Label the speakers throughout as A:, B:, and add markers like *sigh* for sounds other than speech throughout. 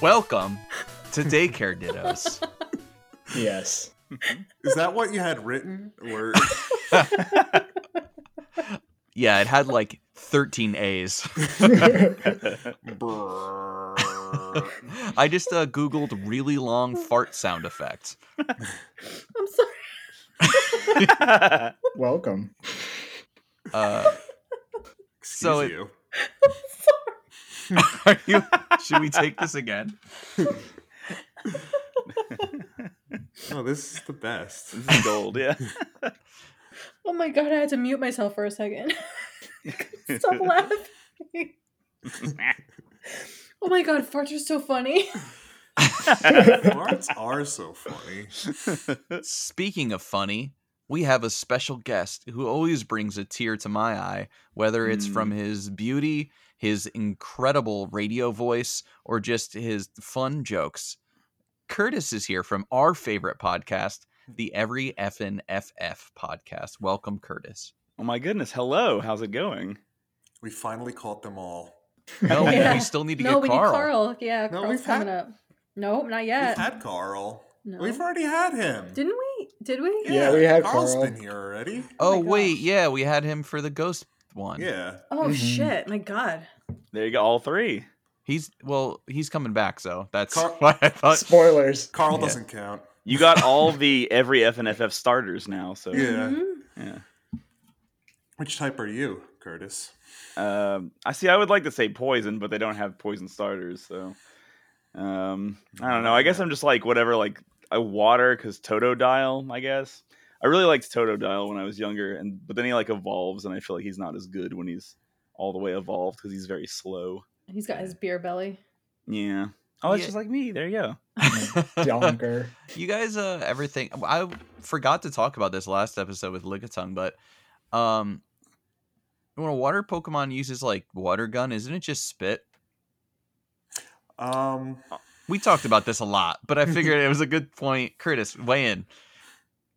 A: Welcome to Daycare Dittos.
B: Yes.
C: Is that what you had written?
D: Mm-hmm. *laughs*
C: Or
A: Yeah, it had like 13 A's. *laughs*
C: Brrr.
A: I just uh, Googled really long fart sound effects.
D: I'm sorry.
B: *laughs* Welcome.
A: Uh, *laughs*
C: Excuse
A: So it-
C: you.
A: are you, should we take this again?
C: Oh, this is the best.
E: This is gold, yeah.
D: Oh my god, I had to mute myself for a second. *laughs* Stop
A: *laughs*
D: laughing. oh my god, farts are so funny.
A: Uh,
C: Farts are so funny.
A: Speaking of funny, we have a special guest who always brings a tear to my eye, whether it's
E: Hmm.
C: Mm.
A: from his beauty, his incredible radio voice, or just his fun jokes. Curtis is here from our favorite podcast, the Every Effin' FF podcast. Welcome,
C: *laughs*
A: Curtis.
E: oh my goodness. Hello. How's it going?
C: We finally caught them all.
A: No, we-
D: Yeah.
A: we still need to
D: *laughs* no,
A: get
D: we
A: Carl.
D: need Carl. Yeah,
C: No,
D: Carl's
C: we've had-
D: coming up. Nope, not yet.
C: We've had Carl.
D: No.
C: We've already had him.
D: Didn't we? Did we?
B: Yeah, we had
C: Carl's
B: Carl.
C: been here already.
A: Oh,
D: Oh my
A: wait,
D: gosh.
A: yeah, we had him for the ghost one.
C: Yeah.
D: Oh
A: Mm-hmm.
B: Mhm.
D: shit! My god.
E: There you go. All three.
A: He's well, he's coming back, so that's
C: Car-
A: *laughs* why I thought *laughs*
B: Spoilers.
C: Carl
A: Yeah.
C: doesn't count.
E: You got all the every F and FF starters now. So
C: Yeah.
D: Mhm.
E: yeah.
C: Which type are you, Curtis?
E: Um, I see. I would like to say poison, but they don't have poison starters. So um, I don't know. I guess I'm just like whatever. Like I water because Toto Dial. I guess I really liked Toto Dial when I was younger, and but then he like evolves, and I feel like he's not as good when he's all the way evolved because he's very slow.
D: He's got his
C: *laughs*
D: beer belly.
E: Yeah. Oh, it's
A: Yeah.
E: just like me. There you go.
A: *laughs*
B: Younger.
A: You guys, uh, everything. I forgot to talk about this last episode with Lickitung, but um, when a water Pokemon uses like water gun, isn't it just spit?
C: Um,
A: We talked about this a lot, but I figured it was a good point. Curtis, weigh in.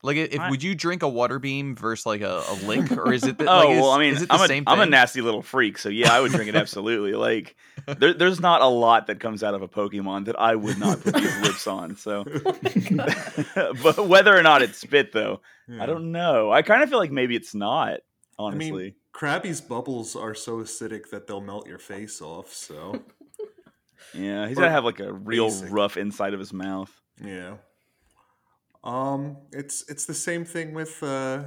A: Like, if
E: I-
A: would you drink a water beam versus like a, a
E: *laughs*
A: link, or is it? The,
E: Oh
A: like, is-
E: well, I mean,
A: is it the
E: I'm a
A: same
E: am a
A: thing?
E: nasty little freak, so yeah, I would
A: *laughs*
E: drink it absolutely. like, there, there's not a lot that comes out of a Pokemon that I would not put these lips on. So, *laughs*
D: Oh my god.
E: but whether or not it's spit, though,
C: yeah.
E: I don't know. I kind of feel like maybe it's not.
C: I
E: Honestly,
C: mean, Krabby's bubbles are so acidic that they'll melt your face off. So,
E: yeah, he's
C: or
E: gonna have like a real
C: basic.
E: rough inside of his mouth.
C: yeah. Um, it's it's the same thing with uh,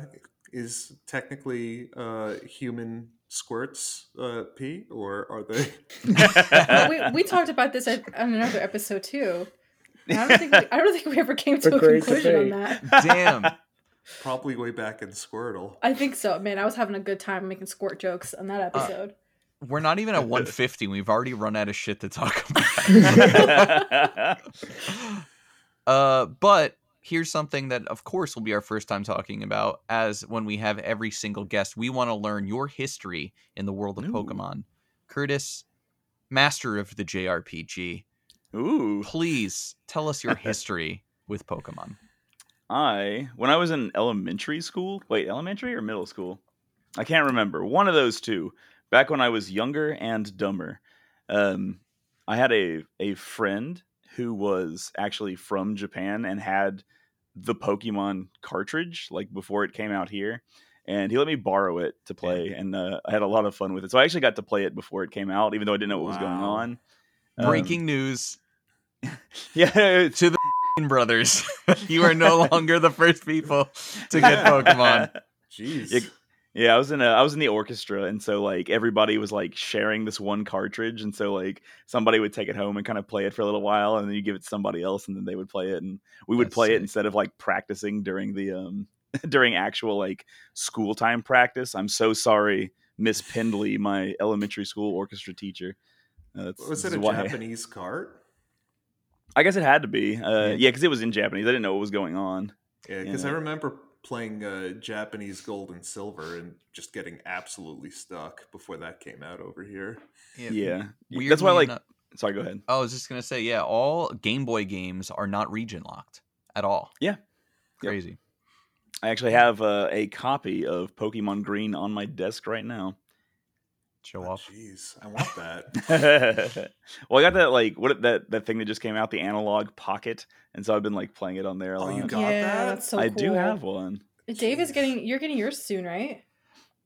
C: is technically uh, human squirts uh, pee or are
E: *laughs*
C: they?
D: But we, we talked about this at- on another episode too. I don't think we, I don't think we ever came to
B: The
D: a
B: great
D: conclusion on
B: debate.
D: that.
A: Damn.
E: *laughs*
C: Probably way back in Squirtle.
D: I think so. Man, I was having a good time making squirt jokes on that episode.
A: We're not even at 150. We've already run out of shit to talk *laughs* about. *laughs* Uh, but here's something that, of course, will be our first time talking about. As when we have every single guest, we want to learn your history in the world of
E: Ooh.
A: Pokemon. Curtis, master of the JRPG,
E: *laughs* Ooh,
A: please tell us your
E: *laughs*
A: history with Pokemon.
E: I when I was in elementary school, wait, elementary or middle school? I can't remember. One of those two. Back when I was younger and dumber, um, I had a a friend who was actually from Japan and had the Pokemon cartridge like before it came out here, and he let me borrow it to play, and uh, I had a lot of fun with it. So I actually got to play it before it came out, even though I didn't know what was going
C: Wow.
E: on. Um,
A: Breaking news
E: *laughs* yeah, it's-
A: to the brothers. *laughs* you are
E: *laughs*
A: no longer the first people to get Pokemon.
C: Jeez.
E: Yeah, Yeah, I was in a I was in the orchestra and so like everybody was like sharing this one cartridge and so like somebody would take it home and kind of play it for a little while and then you give it to somebody else and then they would play it and we would
A: That's
E: play
A: sick.
E: it instead of like practicing during the um *laughs* during actual like school time practice. I'm so sorry, Miss Pendley, my elementary school orchestra teacher. Uh, that's-
C: Was
E: this
C: it
E: is
C: a
E: why- *laughs*
C: Japanese cart?
E: I guess it had to be. Uh,
C: Yeah.
E: yeah, because it was in Japanese. I didn't know what was going on.
C: Yeah, because I
E: Yeah.
C: remember playing uh, Japanese Gold and Silver and just getting absolutely stuck before that came out over here.
E: *laughs* Yeah, that's
A: Weirdly
E: why. Like,
A: enough-
E: sorry, go ahead.
A: uh, oh, I was just gonna say, yeah, all Game Boy games are not region locked at all.
E: Yeah. Yep.
A: Crazy.
E: I actually have uh, a copy of Pokemon Green on my desk right now.
A: Show
C: Oh,
A: off.
C: Jeez, I want that.
E: *laughs* well, I got that like what that that thing that just came out, the analog pocket, and so I've been like playing it on there a
C: Oh,
E: lot.
C: you got
D: yeah,
C: that?
D: that's so
E: I
D: cool.
E: do have one.
D: Dave is
C: Jeez.
D: getting. You're getting yours soon, right?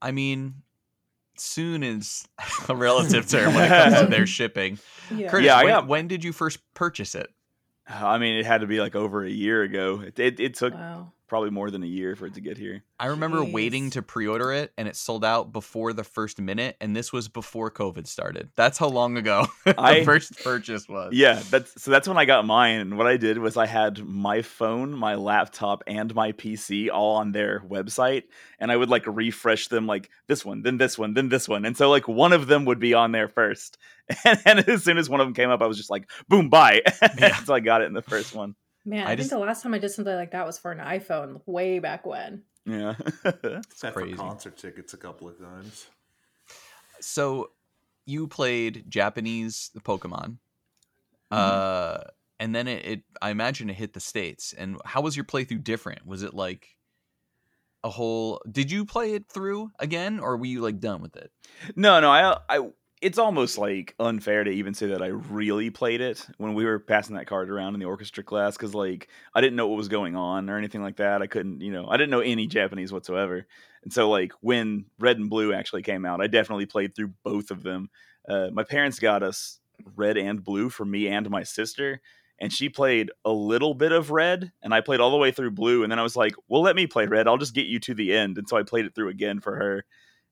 A: I mean, soon is *laughs* a relative term
E: *laughs*
A: when it comes to their shipping.
D: Yeah.
A: Curtis,
E: Yeah, I
A: when,
E: got-
A: when did you first purchase it?
E: I mean, it had to be like over a year ago. It it, it took
D: Wow.
E: probably more than a year for it to get here.
A: I remember
D: Jeez.
A: waiting to pre-order it, and it sold out before the first minute. And this was before COVID started. That's how long ago *laughs* the
E: I-
A: first purchase was.
E: Yeah, that's so that's when I got mine. And what I did was I had my phone, my laptop, and my PC all on their website, and I would like refresh them like this one, then this one, then this one. And so like one of them would be on there first. *laughs* And, as soon as one of them came up, I was just like, boom, bye.
A: Yeah.
E: *laughs* so I got it in the first one.
D: Man,
A: I
D: I,
A: just-
D: think the last time I did something like that was for an iPhone, way back when.
E: Yeah. *laughs*
C: Set
A: crazy.
C: for concert tickets a couple of times.
A: So, you played Japanese Pokemon,
E: Mhm.
A: uh, and then it, it. I imagine it hit the states. And how was your playthrough different? Was it like a whole? Did you play it through again, or were you like done with
C: *laughs*
A: it?
E: No, no, I, I, it's almost like unfair to even say that I really played it when we were passing that card around in the orchestra class because, like, I didn't know what was going on or anything like that. I couldn't, you know, I didn't know any Japanese whatsoever. And so, like, when Red and Blue actually came out, I definitely played through both of them. Uh, my parents got us Red and Blue for me and my sister. And she played a little bit of red, and I played all the way through blue. And then I was like, "Well, let me play red. I'll just get you to the end." And so I played it through again for her.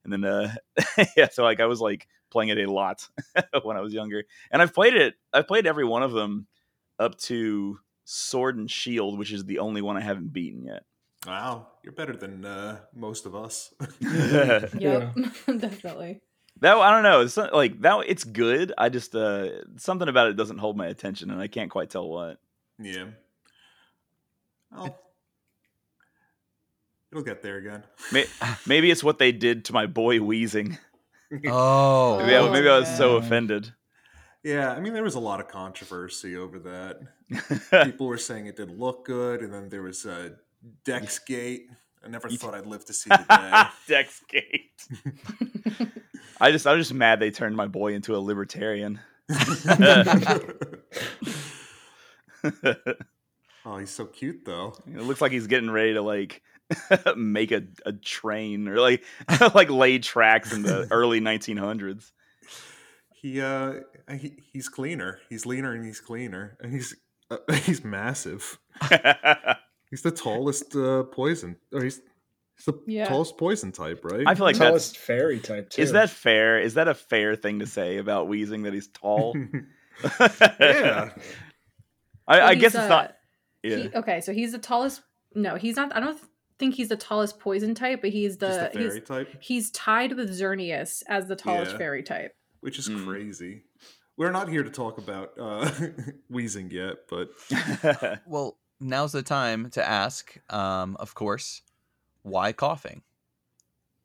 E: And then uh, *laughs* yeah, so like I was like playing it a lot *laughs* when I was younger, and I've played it. I've played every one of them up to Sword and Shield, which is the only one I haven't beaten yet.
C: Wow, you're better than uh, most of us. *laughs*
E: that
D: Yep, *laughs* definitely.
E: I don't know. It's not, like that. It's good. I just uh something about it doesn't hold my attention, and I can't quite tell what.
C: yeah. Oh. It'll get there again.
E: May- Maybe it's what they did to my boy wheezing.
A: Oh,
E: *laughs* Maybe, I,
D: Oh,
E: maybe I was so
B: yeah.
E: offended.
C: *laughs*
E: *laughs*
C: Yeah, I mean, there was a lot of controversy over that. People were saying it didn't look good, and then there was uh, Dex Gate. I never
E: You-
C: thought I'd live to see the day.
E: Dex Gate. I just I was just mad they turned my boy into a libertarian. it
C: *laughs* oh, he's so cute, though.
E: looks like he's getting ready to like *laughs* make a, a train or like *laughs* like lay tracks in the early 1900s.
C: He uh, he, he's cleaner. He's leaner and he's cleaner, and he's uh, *laughs* he's massive.
E: *laughs* I
C: He's the tallest uh, poison, or he's, he's the
D: Yeah.
C: tallest poison type, right? *laughs*
E: feel like that's
B: tallest fairy type too.
E: is that fair? Is that a fair thing to say about Wheezing that he's tall?
C: *laughs*
E: *laughs*
C: yeah,
E: I, I
D: He's,
E: guess it's
D: uh,
E: not.
D: he-
E: Yeah.
D: okay, so he's the tallest. No, he's not. I don't think he's the tallest poison type, but he's
C: just
D: the
C: a
D: he's
C: fairy type,
D: he's tied with Xerneas as the tallest
C: Yeah.
D: fairy type.
C: which is
E: Mm.
C: crazy. We're not here to talk about uh, *laughs* wheezing yet, but
A: Well, now's the time to ask, um, of course, why coughing?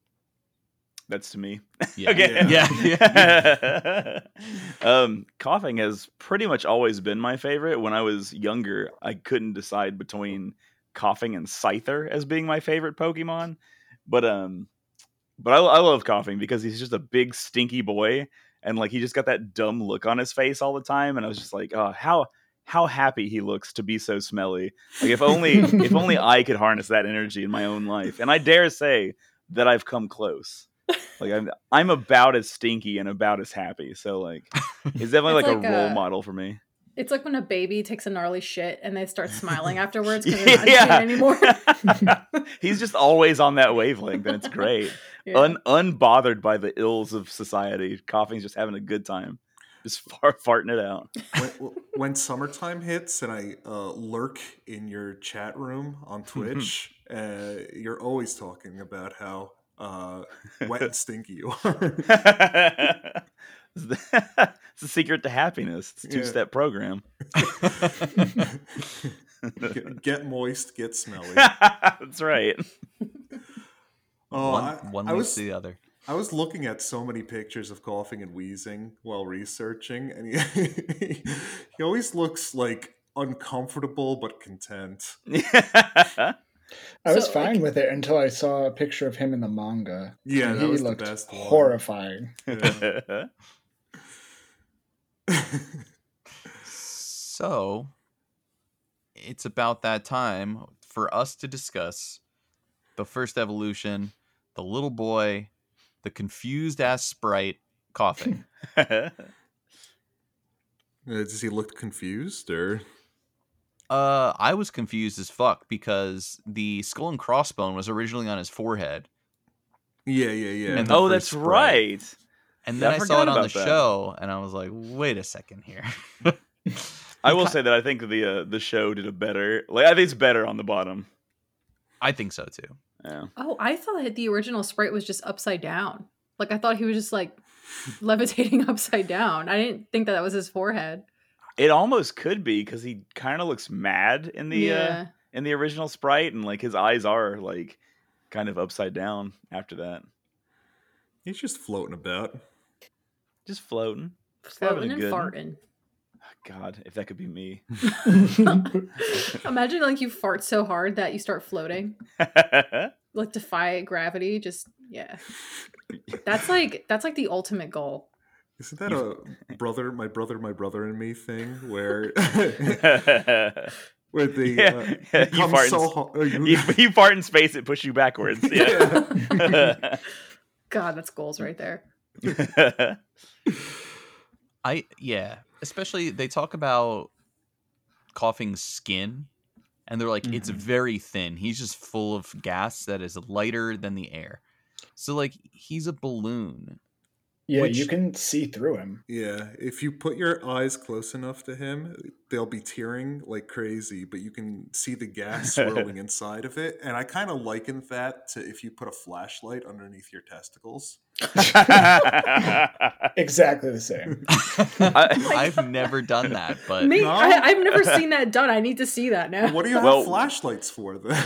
E: *laughs* that's to me.
A: Yeah.
E: Okay. *laughs*
A: Yeah.
E: um, coughing has pretty much always been my favorite. When I was younger, I couldn't decide between coughing and Scyther as being my favorite Pokemon. But um, but I, I love coughing because he's just a big stinky boy, and like he just got that dumb look on his face all the time. And I was just like, oh, how how happy he looks to be so smelly. Like if only
A: *laughs*
E: if only I could harness that energy in my own life. And I dare say that I've come close. Like I'm I'm about as stinky and about as happy. So like he's definitely
D: It's
E: like,
D: like uh,
E: a role
D: a-
E: model for me.
D: It's like when a baby takes a gnarly shit and they start
E: *laughs*
D: smiling afterwards because they're not in
E: yeah.
D: pain anymore.
E: *laughs* he's just always on that wavelength and it's great.
D: *laughs* Yeah.
E: *laughs* Un unbothered by the ills of society. Coughing's just having a good time. Just *laughs* far farting
D: *laughs*
E: it out.
C: when, when summertime hits and I uh, lurk in your chat room
E: *laughs* Hmm.
C: on Twitch, uh, you're always talking about how uh, wet
E: *laughs*
C: and stinky you are. *laughs*
E: it's the *laughs* secret to happiness. It's a
C: Yeah.
E: two step program.
C: get, get moist, get
E: *laughs*
C: smelly.
E: That's right. *laughs*
C: Oh,
A: one
C: I,
A: one
C: I
A: leads
C: was
A: to the other.
C: I was looking at so many pictures of coughing and wheezing while researching, and he, *laughs*
E: *laughs*
C: he always looks like uncomfortable but content.
B: I was
D: So, like-
B: fine with it until I saw a picture of him in the manga.
C: Yeah,
B: and
C: that
B: he
C: was the
B: looked
C: best one.
B: horrifying.
C: Yeah. *laughs* Uh,
A: So it's about that time for us to discuss the first evolution, the little boy, the confused ass sprite
E: *laughs*
A: coughing.
C: Uh, Does he look confused or?
A: uh, I was confused as fuck because the skull and crossbone was originally on his forehead,
C: Yeah, yeah, yeah.
A: And the
E: oh,
A: first
E: that's
A: sprite.
E: right.
A: and
E: Yeah,
A: then
E: I
A: I, saw
E: forgot
A: it on the
E: about that.
A: show, and I was like, "Wait a second here."
E: *laughs*
A: *laughs*
E: I will say that I think the uh, the show did a better. Like I think it's better on the bottom.
A: I think so too.
E: Yeah.
D: Oh, I thought that the original sprite was just upside down. Like I thought he was just
E: *laughs*
D: like levitating upside down. I didn't think that that was his forehead.
E: It almost could be because he kind of looks mad in the uh,
D: yeah.
E: in the original sprite, and like his eyes are like kind of upside down after that,
C: He's just floating about.
E: just floating. having
D: floating
E: a
D: and
E: good
D: farting.
E: God, if that could be me. *laughs*
D: *laughs* Imagine like you fart so hard that you start floating, like defy gravity. Just yeah, that's like that's like the ultimate goal.
C: Isn't that a
B: *laughs*
C: brother, my brother, my brother and me thing
E: *laughs*
C: where *laughs*
E: yeah,
C: where the
E: Yeah,
C: uh,
E: *laughs*
C: you
E: yeah, you
C: come
E: fart
C: so
E: and-
C: ho- uh, you-
E: you,
C: *laughs*
E: you fart in space, it pushes you backwards. Yeah. *laughs*
D: *laughs* God, that's goals right there.
A: I yeah, especially they talk about coughing skin and they're like it's
B: Mhm.
A: very thin. He's just full of gas that is lighter than the air. So like he's a balloon.
B: yeah,
A: Which-
B: you can see through him.
C: yeah, if you put your eyes close enough to him, they'll be tearing like crazy, but you can see the gas swirling inside of it. And I kind of likened that to if you put a flashlight underneath your testicles.
B: Exactly
A: *laughs*
B: the same.
A: I've never done that, but
D: *laughs* Me,
C: No?
D: I, I've never seen that done. I need to see that now.
E: *laughs*
C: What do you have
E: Well-
C: flashlights for then?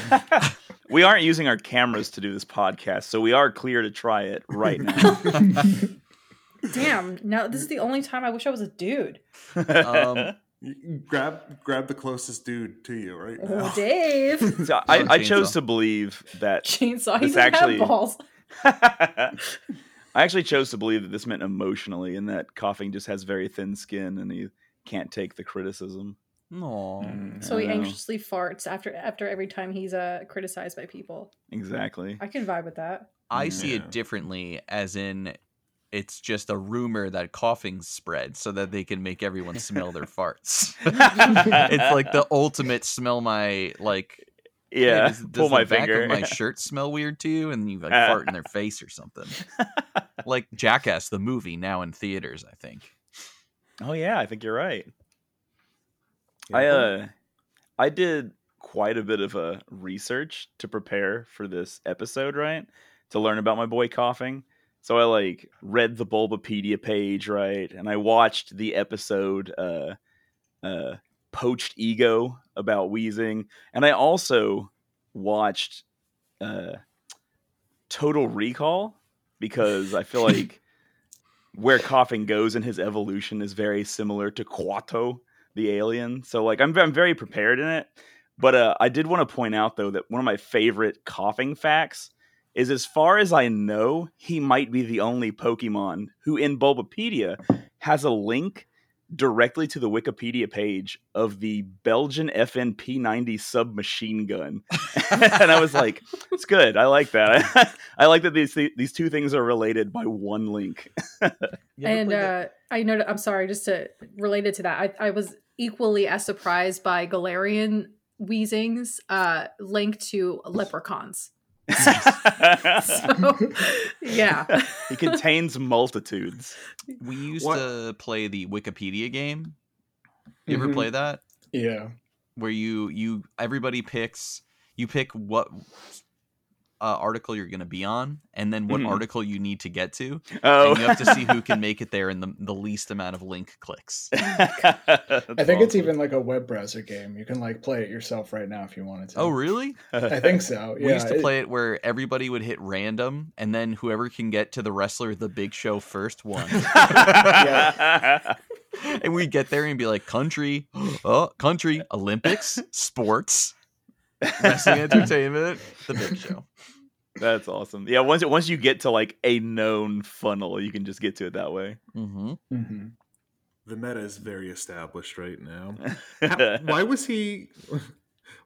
E: we aren't using our cameras to do this podcast, so we are clear to try it right now.
D: *laughs* Damn! Now this is the only time I wish I was a dude.
A: Um, *laughs*
C: You grab grab the closest dude to you right
D: Oh,
C: now. *laughs*
D: Dave, *laughs*
E: so I, I
A: Chainsaw.
E: chose to believe
A: *laughs*
E: that
D: chainsaw. He
E: This
D: doesn't
E: actually-
D: have balls.
E: I actually chose to believe that this meant emotionally and that coughing just has very thin skin and he can't take the criticism.
A: no.
D: So
E: I
D: he
E: don't know.
D: anxiously farts after after every time he's uh criticized by people.
E: Exactly.
D: I can vibe with that.
A: I see
C: Yeah.
A: it differently as in it's just a rumor that coughing spreads so that they can make everyone smell their farts. *laughs* it's like the ultimate smell my like Hey,
E: Yeah,
A: does,
E: pull
A: does
E: my
A: the back
E: finger.
A: of
E: *laughs*
A: my shirt smell weird to you? And you like
E: Uh.
A: fart in their face or something.
E: *laughs*
A: like Jackass the movie now in theaters, I think.
E: oh yeah, I think you're right. I uh, I did quite a bit of uh, research to prepare for this episode, right? To learn about my boy coughing. So I like read the Bulbapedia page, right? And I watched the episode uh, uh, Poached Ego about wheezing, and I also watched uh, Total Recall because I *laughs* feel like where coughing goes in his evolution is very similar to Quato the alien. So like I'm I'm very prepared in it. But uh, I did want to point out though that one of my favorite coughing facts is as far as I know, he might be the only Pokemon who in Bulbapedia has a link directly to the Wikipedia page of the Belgian FNP 90 submachine gun. *laughs* and I was like, it's good. I like that. *laughs* I, like that these these two things are related by one link.
D: And uh, I know. I'm sorry, just to related to that, I, I was equally as surprised by Galarian wheezing's uh, link to
E: *laughs*
D: leprechauns. So
E: *laughs*
D: yeah,
E: he contains multitudes.
A: we used
C: what-
A: to play the Wikipedia game. You ever
E: Mm-hmm.
B: Mhm.
A: play that?
B: Yeah.
A: Where you you everybody picks you pick what uh, article you're going to be on, and then what
E: Mhm.
A: article you need to get to,
E: Oh,
A: and you have to
E: *laughs*
A: see who can make it there in the, the least amount of link clicks.
B: I think it's even like a web browser game. You can like play it yourself right now if you wanted to.
A: Oh, really?
B: I
E: *laughs*
B: think so. Yeah,
A: we used to
B: it-
A: play it where everybody would hit random, and then whoever can get to the wrestler the Big Show first won. *gasps* and we'd get there and be like, country, oh, country, Olympics, uh, sports, Wrestling Entertainment, The Big Show.
E: That's awesome. Yeah, once once you get to like a known funnel, you can just get to it that way. *laughs*
A: Mm-hmm.
B: Mhm.
C: The meta is very established right now. How- why was he?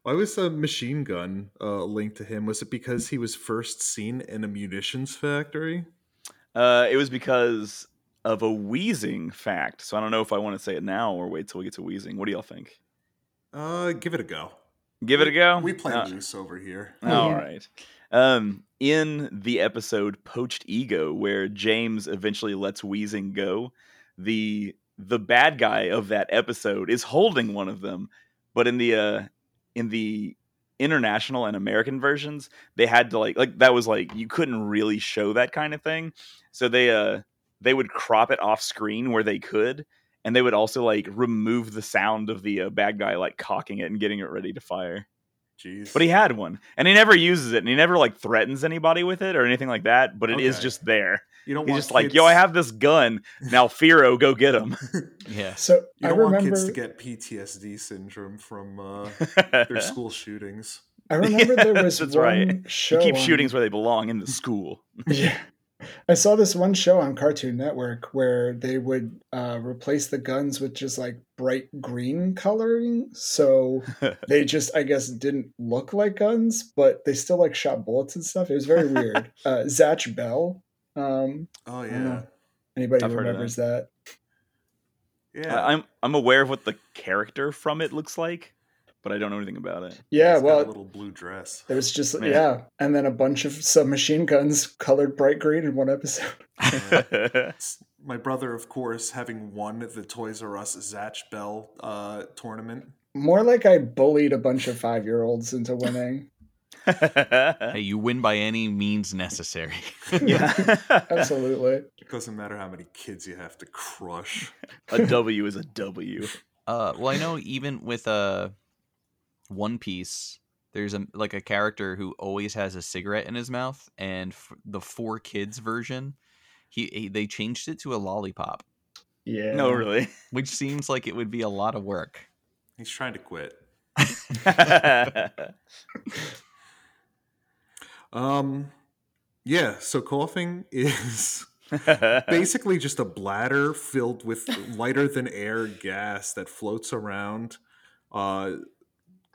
C: Why was a machine gun uh, linked to him? Was it because he was first seen in a munitions factory?
E: Uh, it was because of a wheezing fact. So I don't know if I want to say it now or wait till we get to wheezing. What do y'all think?
C: Uh, give it a go.
E: Give it a go.
C: We play
E: Uh,
C: loose over here.
E: All right. Um, in the episode Poached Ego, where James eventually lets Wheezing go, the the bad guy of that episode is holding one of them. But in the uh, in the international and American versions, they had to like like that was like you couldn't really show that kind of thing. So they uh they would crop it off screen where they could, and they would also like remove the sound of the uh, bad guy like cocking it and getting it ready to fire.
C: Jeez.
E: But he had one, and he never uses it, and he never like threatens anybody with it or anything like that. But it is
C: Okay.
E: just there.
C: you don't
E: He's
C: want
E: just like, "Yo, I
C: kids-
E: have this gun now, Firo, go get him."
A: Yes.
B: So I
C: You don't want kids
B: remember.
C: to get PTSD syndrome from uh,
E: *laughs*
C: their
E: he
C: school shootings.
B: I remember
A: *laughs*
B: there was
E: That's
B: one
E: right.
B: show.
E: keeps
B: on-
E: shootings where they belong in the school.
B: Yeah. I saw this one show on Cartoon Network where they would uh, replace the guns with just like bright green coloring. So they just, I guess, didn't look like guns, but they still like shot bullets and stuff. It was very weird. uh, Zatch Bell. Um,
C: Oh
B: don't
C: yeah,
B: know. anybody
E: I've heard of
B: remembers that?
C: yeah.
E: I- I'm I'm aware of what the character from it looks like, but I don't know anything about it.
B: Yeah,
C: He's got
B: well,
C: a little blue
E: *laughs*
C: dress.
B: there was just,
E: Yeah.
B: yeah. And then a bunch of submachine guns colored bright green in one episode. *laughs*
C: Yeah. *laughs* S- My brother, of course, having won the Toys R Us Zatch Bell uh, tournament.
B: More like I bullied a bunch of five year olds into winning.
A: Hey, you win by any means necessary.
E: *laughs*
A: *laughs*
E: yeah,
B: *laughs* Absolutely.
C: It doesn't matter how many kids you have to
E: *laughs*
C: crush.
E: *laughs* a W is a W.
A: Uh, well, I know even with uh, One Piece, there's a like a character who always has a cigarette in his mouth, and f- the four kids version, he, he they changed it to a lollipop,
B: Yeah.
E: No, really. *laughs*
A: which seems like it would be a lot of work.
C: He's trying to quit. Um, yeah. So coughing *laughs* is basically just a bladder filled with lighter than air gas that floats around, uh,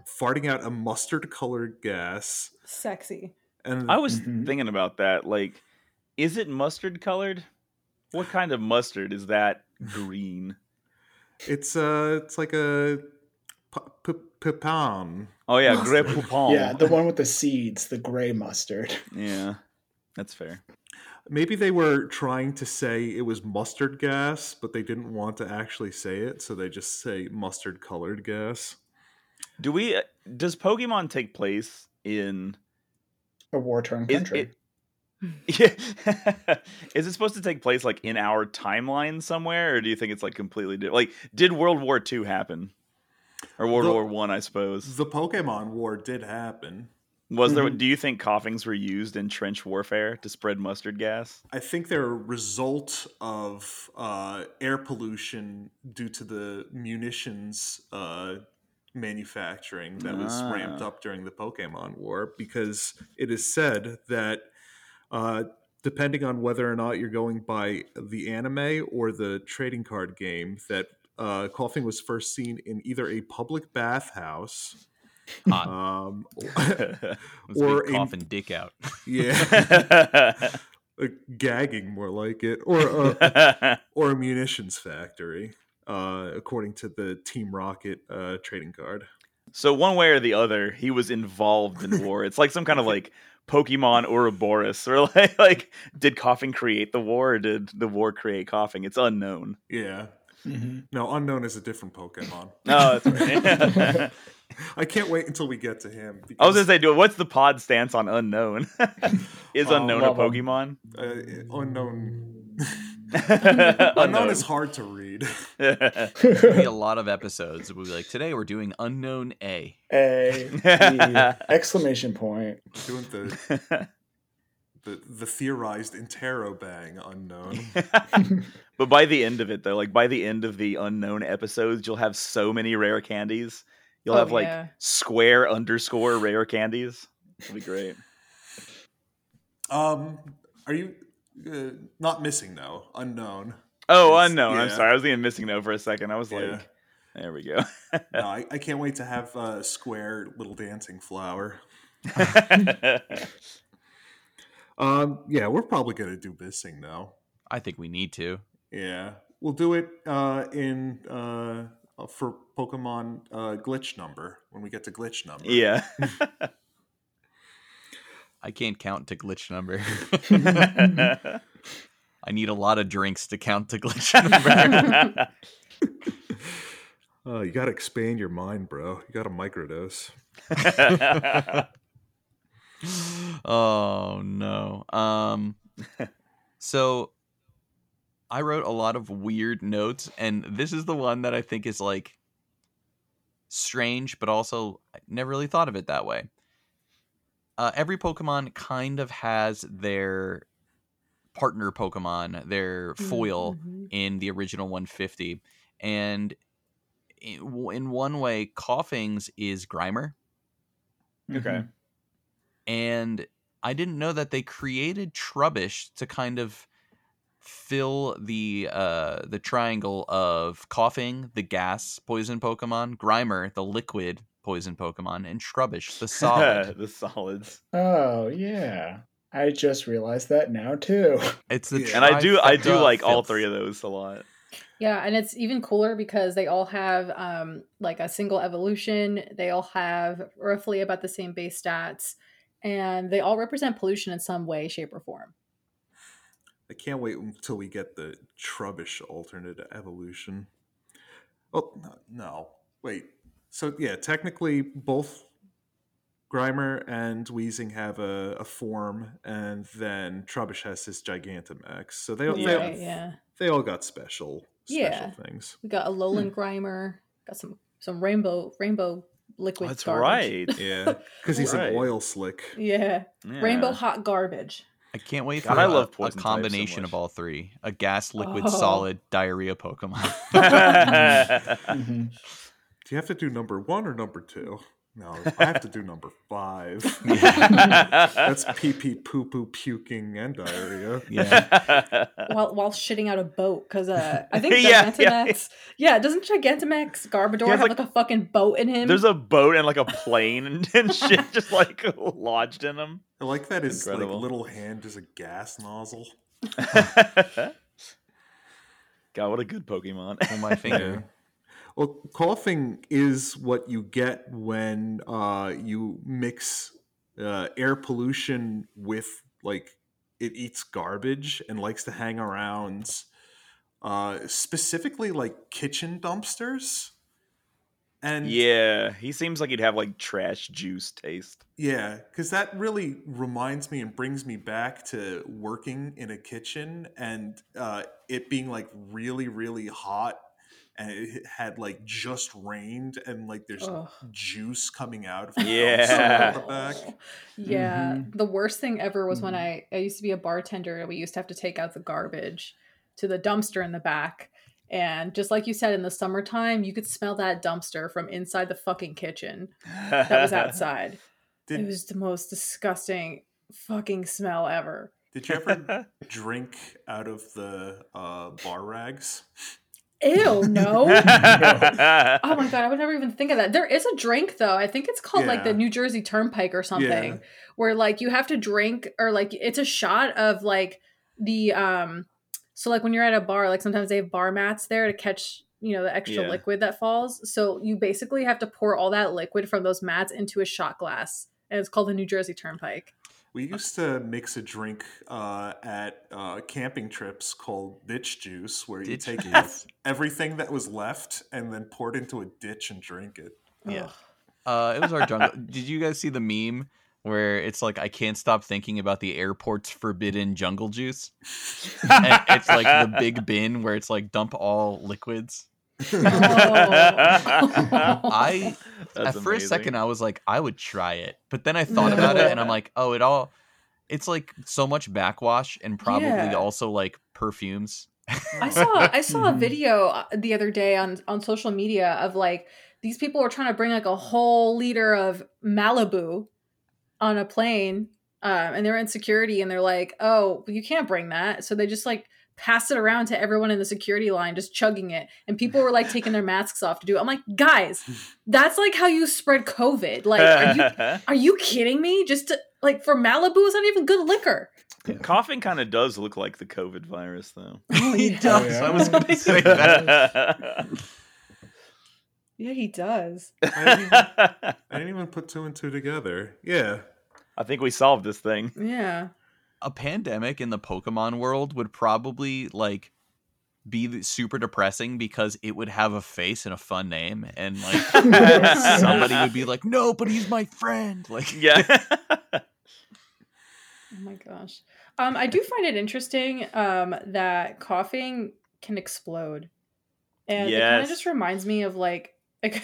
C: farting out a mustard colored gas.
D: Sexy.
C: And
E: I was
B: Mhm.
E: thinking about that. Like, is it mustard colored? What kind of mustard is that green?
C: it's uh, it's like a p- p- pepon.
E: Oh yeah,
D: Mustard.
E: grape poupon.
B: Yeah, the one with the seeds, the gray mustard. *laughs*
E: yeah, that's fair.
C: Maybe they were trying to say it was mustard gas, but they didn't want to actually say it, so they just say mustard colored gas.
E: Do we? uh, Does Pokemon take place in? *laughs*
B: A war torn
E: Is
B: country.
E: it? Yeah. is it supposed to take place like in our timeline somewhere, or do you think it's like completely different? Like, did World War II happen, or World
C: The-
E: War One? I, suppose.
C: The Pokemon War did happen.
E: Was there?
B: Mhm.
E: Do you think coughings were used in trench warfare to spread mustard gas?
C: I think they're a result of uh, air pollution due to the munitions uh, manufacturing that was
E: Ah.
C: ramped up during the Pokemon War, because it is said that uh, depending on whether or not you're going by the anime or the trading card game, that uh, coughing was first seen in either a public bathhouse
A: Hot.
C: um,
A: Ah, Let's
C: Or
A: big
C: a-
A: cough and dick out.
C: yeah, *laughs*
E: *laughs*
C: uh, gagging more like it, or uh, a, or a munitions factory, uh, according to the Team Rocket uh, trading card.
E: So one way or the other, he was involved in war. It's like some kind of like Pokemon Ouroboros, or *laughs* like like did coughing create the war, or did the war create coughing? It's unknown.
C: Yeah.
E: *laughs*
B: Mhm.
C: No, unknown is a different Pokemon.
E: No, that's right.
C: *laughs* I can't wait until we get to him.
E: *laughs* I was gonna say, do what's the pod stance on unknown? *laughs* Is
C: Oh,
E: unknown a
B: love 'em.
E: Pokemon?
C: say uh, unknown. *laughs* unknown
E: unknown
C: is hard to read. *laughs*
A: There'd be a lot of episodes. We'll be like, today we're doing unknown A.
B: A E, exclamation point.
C: Doing the, the the theorized interrobang
E: *laughs*
C: unknown.
E: *laughs* but by the end of it, though, like by the end of the unknown episodes, you'll have so many rare candies. You'll
D: Oh,
E: have like
D: yeah.
E: square underscore rare candies. It'll be great.
C: Um, are you uh, not missing though?
E: *laughs*
C: Unknown.
E: Oh,
C: It's-
E: unknown. I'm
C: yeah.
E: sorry. I was even missing though for a second. I was like,
C: Yeah.
E: there we go. *laughs*
C: No, I, I can't wait to have uh, square little dancing flower. Um, yeah, we're probably gonna do missing now.
A: I think we need to.
C: Yeah, we'll do it uh, in uh, for Pokemon uh, glitch number when we get to glitch number. *laughs*
E: yeah.
A: I can't count to glitch number. *laughs* I need a lot of drinks to count to glitch number.
C: Uh, you gotta expand your mind, bro. You gotta microdose.
A: oh no. Um so I wrote a lot of weird notes and this is the one that I think is like strange but also I never really thought of it that way. Uh every Pokemon kind of has their partner Pokemon, their foil
D: Mhm.
A: in the original 150 and in in one way Coughings is Grimer
B: Mm-hmm.
E: okay.
A: and I didn't know that they created Trubbish to kind of fill the uh the triangle of coughing, the gas poison Pokemon, Grimer, the liquid poison Pokemon, and Trubbish,
E: *laughs*
A: the solid.
E: the solids.
B: Oh yeah, I just realized that now
E: *laughs*
B: too.
A: it's the
C: Yeah.
E: And I do I do
A: trifecta
E: like all
A: filth.
E: three of those a lot.
D: Yeah, and it's even cooler because they all have um, like a single evolution. They all have roughly about the same base stats, and they all represent pollution in some way, shape, or form.
C: I can't wait until we get the Trubbish alternate evolution. Oh no, no. wait. So yeah, technically both Grimer and Weezing have a, a form, and then Trubbish has his Gigantamax. So they all
E: Yeah.
D: Right,
C: they,
D: yeah.
C: they all got special special
D: Yeah.
C: things.
D: We got a Lowland
E: Hmm.
D: Grimer, got some some rainbow rainbow liquid.
E: That's
D: garbage.
E: *laughs* right.
C: Yeah, because he's
E: Right.
C: an oil slick.
D: Yeah. rainbow
E: Yeah. *laughs*
D: hot garbage.
A: I can't wait
E: God,
A: for
E: I
A: a-
E: love
A: a,
E: poison types so
A: combination
E: much.
A: of all three. A gas, liquid,
D: Oh.
A: solid, diarrhea Pokemon. *laughs*
B: *laughs* Mhm.
C: Do you have to do number one or number two? No, I have to do number five.
E: *laughs*
C: That's pee pee poo poo puking and diarrhea.
A: yeah.
D: While while shitting out a boat, because uh, I think
E: *laughs* Yeah,
D: Gigantamax.
E: yeah,
D: Yeah, doesn't Gigantamax Garbodor
E: He has,
D: have
E: like-
D: like, a fucking boat in him?
E: *laughs* There's a boat and like a plane and, and shit just like *laughs* lodged in *laughs* them.
C: I like that his like
E: Incredible.
C: little hand is a gas nozzle.
E: God, what a good Pokemon. *laughs*
A: Pull my
C: Yeah.
A: finger.
C: *laughs* Well, coughing is what you get when uh, you mix uh, air pollution with like it eats garbage and likes to hang around, uh, specifically like kitchen dumpsters. And
E: Yeah, he seems like he'd have like trash juice taste.
C: Yeah, because that really reminds me and brings me back to working in a kitchen and uh, it being like really, really hot and it had like just rained and like there's
D: Ugh.
C: juice coming out
A: *laughs*
C: of the
E: Yeah.
C: out *laughs* the back.
D: Yeah. The worst thing ever was when
B: Mhm.
D: I, I used to be a bartender and we used to have to take out the garbage to the dumpster in the back. And just like you said, in the summertime, you could smell that dumpster from inside the fucking kitchen that
E: *laughs*
D: was outside. it
C: Did,
D: was the most disgusting fucking smell ever.
C: did you
D: *laughs*
C: ever
E: *laughs*
C: drink out of the uh, bar rags?
D: Ew, Oh,
E: *laughs*
D: no.
E: no.
D: Oh my god, I would never even think of that. There is a drink though. I think it's called like the
C: Yeah.
D: New Jersey Turnpike or something,
C: Yeah.
D: where like you have to drink or like it's a shot of like the um so like when you're at a bar, like sometimes they have bar mats there to catch, you know, the extra
E: Yeah.
D: liquid that falls. So you basically have to pour all that liquid from those mats into a shot glass. And it's called the New Jersey Turnpike.
C: We
A: Uh.
C: used to mix a drink uh, at uh, camping trips called ditch juice, where you
A: Ditch
C: take
A: juice.
C: ev- everything that was left and then pour it into a ditch and
B: *laughs*
C: drink it.
A: Yeah.
D: Ugh.
A: Uh, it was our jungle. Did you guys see the meme where it's like I can't stop thinking about the airport's forbidden jungle juice? And it's like
E: *laughs*
A: the big bin where it's like dump all liquids.
D: Oh.
A: I- At
E: That's
A: first
E: amazing.
A: second, I was like, I would try it, but then I thought about it and I'm like, oh, it all. It's like so much backwash and probably
D: Yeah.
A: also like perfumes.
D: *laughs* I saw I saw a
B: Mhm.
D: video uh, the other day on on social media of like these people were trying to bring like a whole liter of Malibu on a plane, um, and they're in security, and they're like, "Oh, you can't bring that," so they just like passed it around to everyone in the security line, just chugging it, and people were like taking their masks off to do. It. I'm like, guys, that's like how you spread COVID. Like, are you
E: *laughs*
D: are you kidding me? Just to, like for Malibu, it's not even good liquor.
E: *laughs* Coughing kind of does look like the COVID virus, though.
D: Oh,
A: he does. *laughs*
B: yeah.
A: I was going
D: *laughs*
A: to say that.
E: I
D: Yeah, he does.
C: I, didn't, I didn't even put two and two together. Yeah.
E: think we solved this thing.
D: Yeah.
A: A pandemic in the Pokemon world would probably like be the- super depressing because it would have a face and a fun name, and
E: *laughs*
A: like *laughs* somebody would be like, "No, but he's my friend." Like, *laughs*
E: yeah.
D: Oh my gosh. Um, I do find it interesting um, that coughing can explode. And it kind
E: Yes.
D: of just reminds me of like, *laughs* like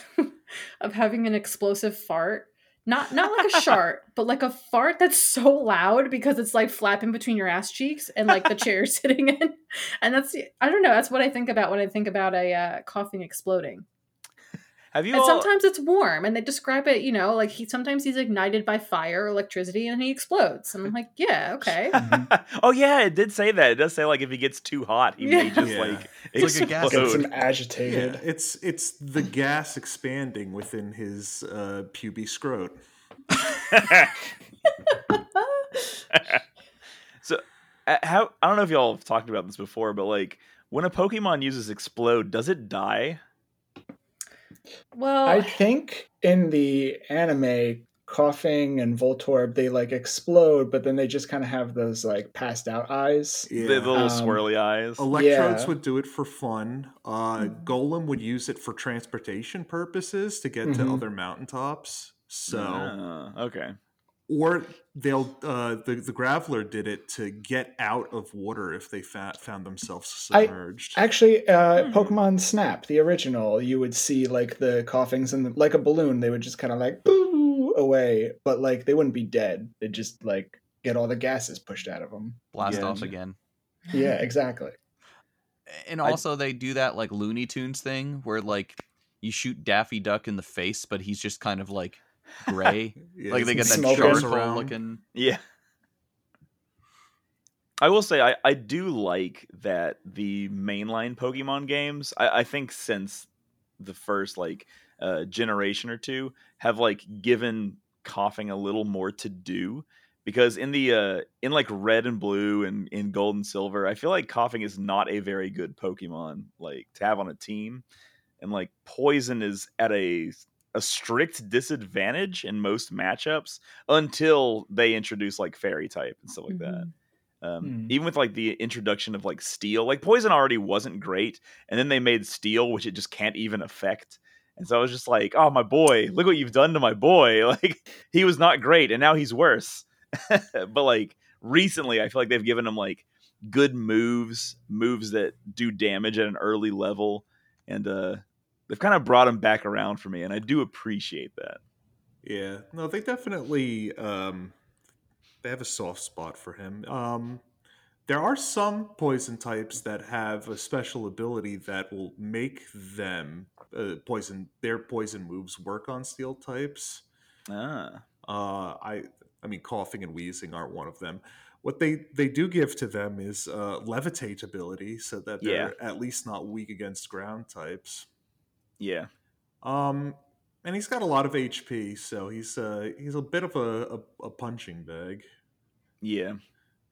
D: of having an explosive fart. Not not like a shart, but like a fart that's so loud because it's like flapping between your ass cheeks and like the chair you're sitting in. And that's the- I don't know, that's what I think about when I think about a uh, coughing exploding.
E: Have you
D: and
E: all?
D: sometimes it's warm and they describe it, you know, like he sometimes he's ignited by fire or electricity and he explodes. And I'm like, yeah, okay.
E: *laughs* oh yeah, it did say that. It does say like if he gets too hot, he may
D: Yeah.
E: just
C: Yeah.
E: like
A: It's like a gas
E: explode.
B: Gets him
C: Yeah.
B: agitated.
C: It's it's the gas expanding within his uh pubic scrot.
E: *laughs* so uh, how I don't know if y'all have talked about this before, but like when a Pokemon uses explode, does it die?
A: Oh.
D: Well,
B: I think in the anime, coughing and Voltorb, they like explode, but then they just kind of have those like passed out eyes.
E: The, the little
B: Um,
E: swirly eyes.
C: Electrodes
B: Yeah. Mm-hmm.
C: would do it for fun. Uh, Golem would use it for transportation purposes to get to
B: Mhm.
C: other mountaintops. So,
E: Ah, okay.
C: or they'll uh, the the Graveler did it to get out of water if they fa- found themselves
B: I-
C: submerged.
B: Actually, uh,
E: Hmm.
B: Pokemon Snap, the original, you would see like the coughings and like a balloon, they would just kind of like boo away, but like they wouldn't be dead. They would just like get all the gases pushed out of them.
A: blast
E: Yeah.
A: off again.
E: *laughs*
B: Yeah, exactly.
A: And
E: I-
A: also, they do that like Looney Tunes thing where like you shoot Daffy Duck in the face, but he's just kind of like
E: *laughs*
A: gray.
C: Yeah,
A: like they get
C: it's-
A: that
B: Smoke
C: goes
A: charcoal
C: around.
A: looking.
E: Yeah. I will say I, I do like that the mainline Pokemon games, I, I think since the first like uh, generation or two, have like given coughing a little more to do. Because in the uh in like red and blue and in gold and silver, I feel like coughing is not a very good Pokemon like to have on a team. And like poison is at a a strict disadvantage in most matchups until they introduce like fairy type and stuff like that. Um,
B: Hmm.
E: Even with like the introduction of like steel, like poison already wasn't great, and then they made steel, which it just can't even affect. And so I was just like, "Oh my boy, look what you've done to my boy! *laughs* Like he was not great, and now he's worse." *laughs* but like recently, I feel like they've given him like good moves, moves that do damage at an early level, and uh, they've kind of brought him back around for me, and I do appreciate that.
C: Yeah, no, they definitely um, they have a soft spot for him. Um, there are some poison types that have a special ability that will make them uh, poison their poison moves work on steel types.
E: Ah,
C: Uh, I I mean, coughing and wheezing aren't one of them. What they they do give to them is uh, levitate ability, so that they're at least not weak against ground types.
E: yeah.
C: Um, and he's got a lot of HP, so he's uh, he's a bit of a, a, a punching bag.
E: Yeah.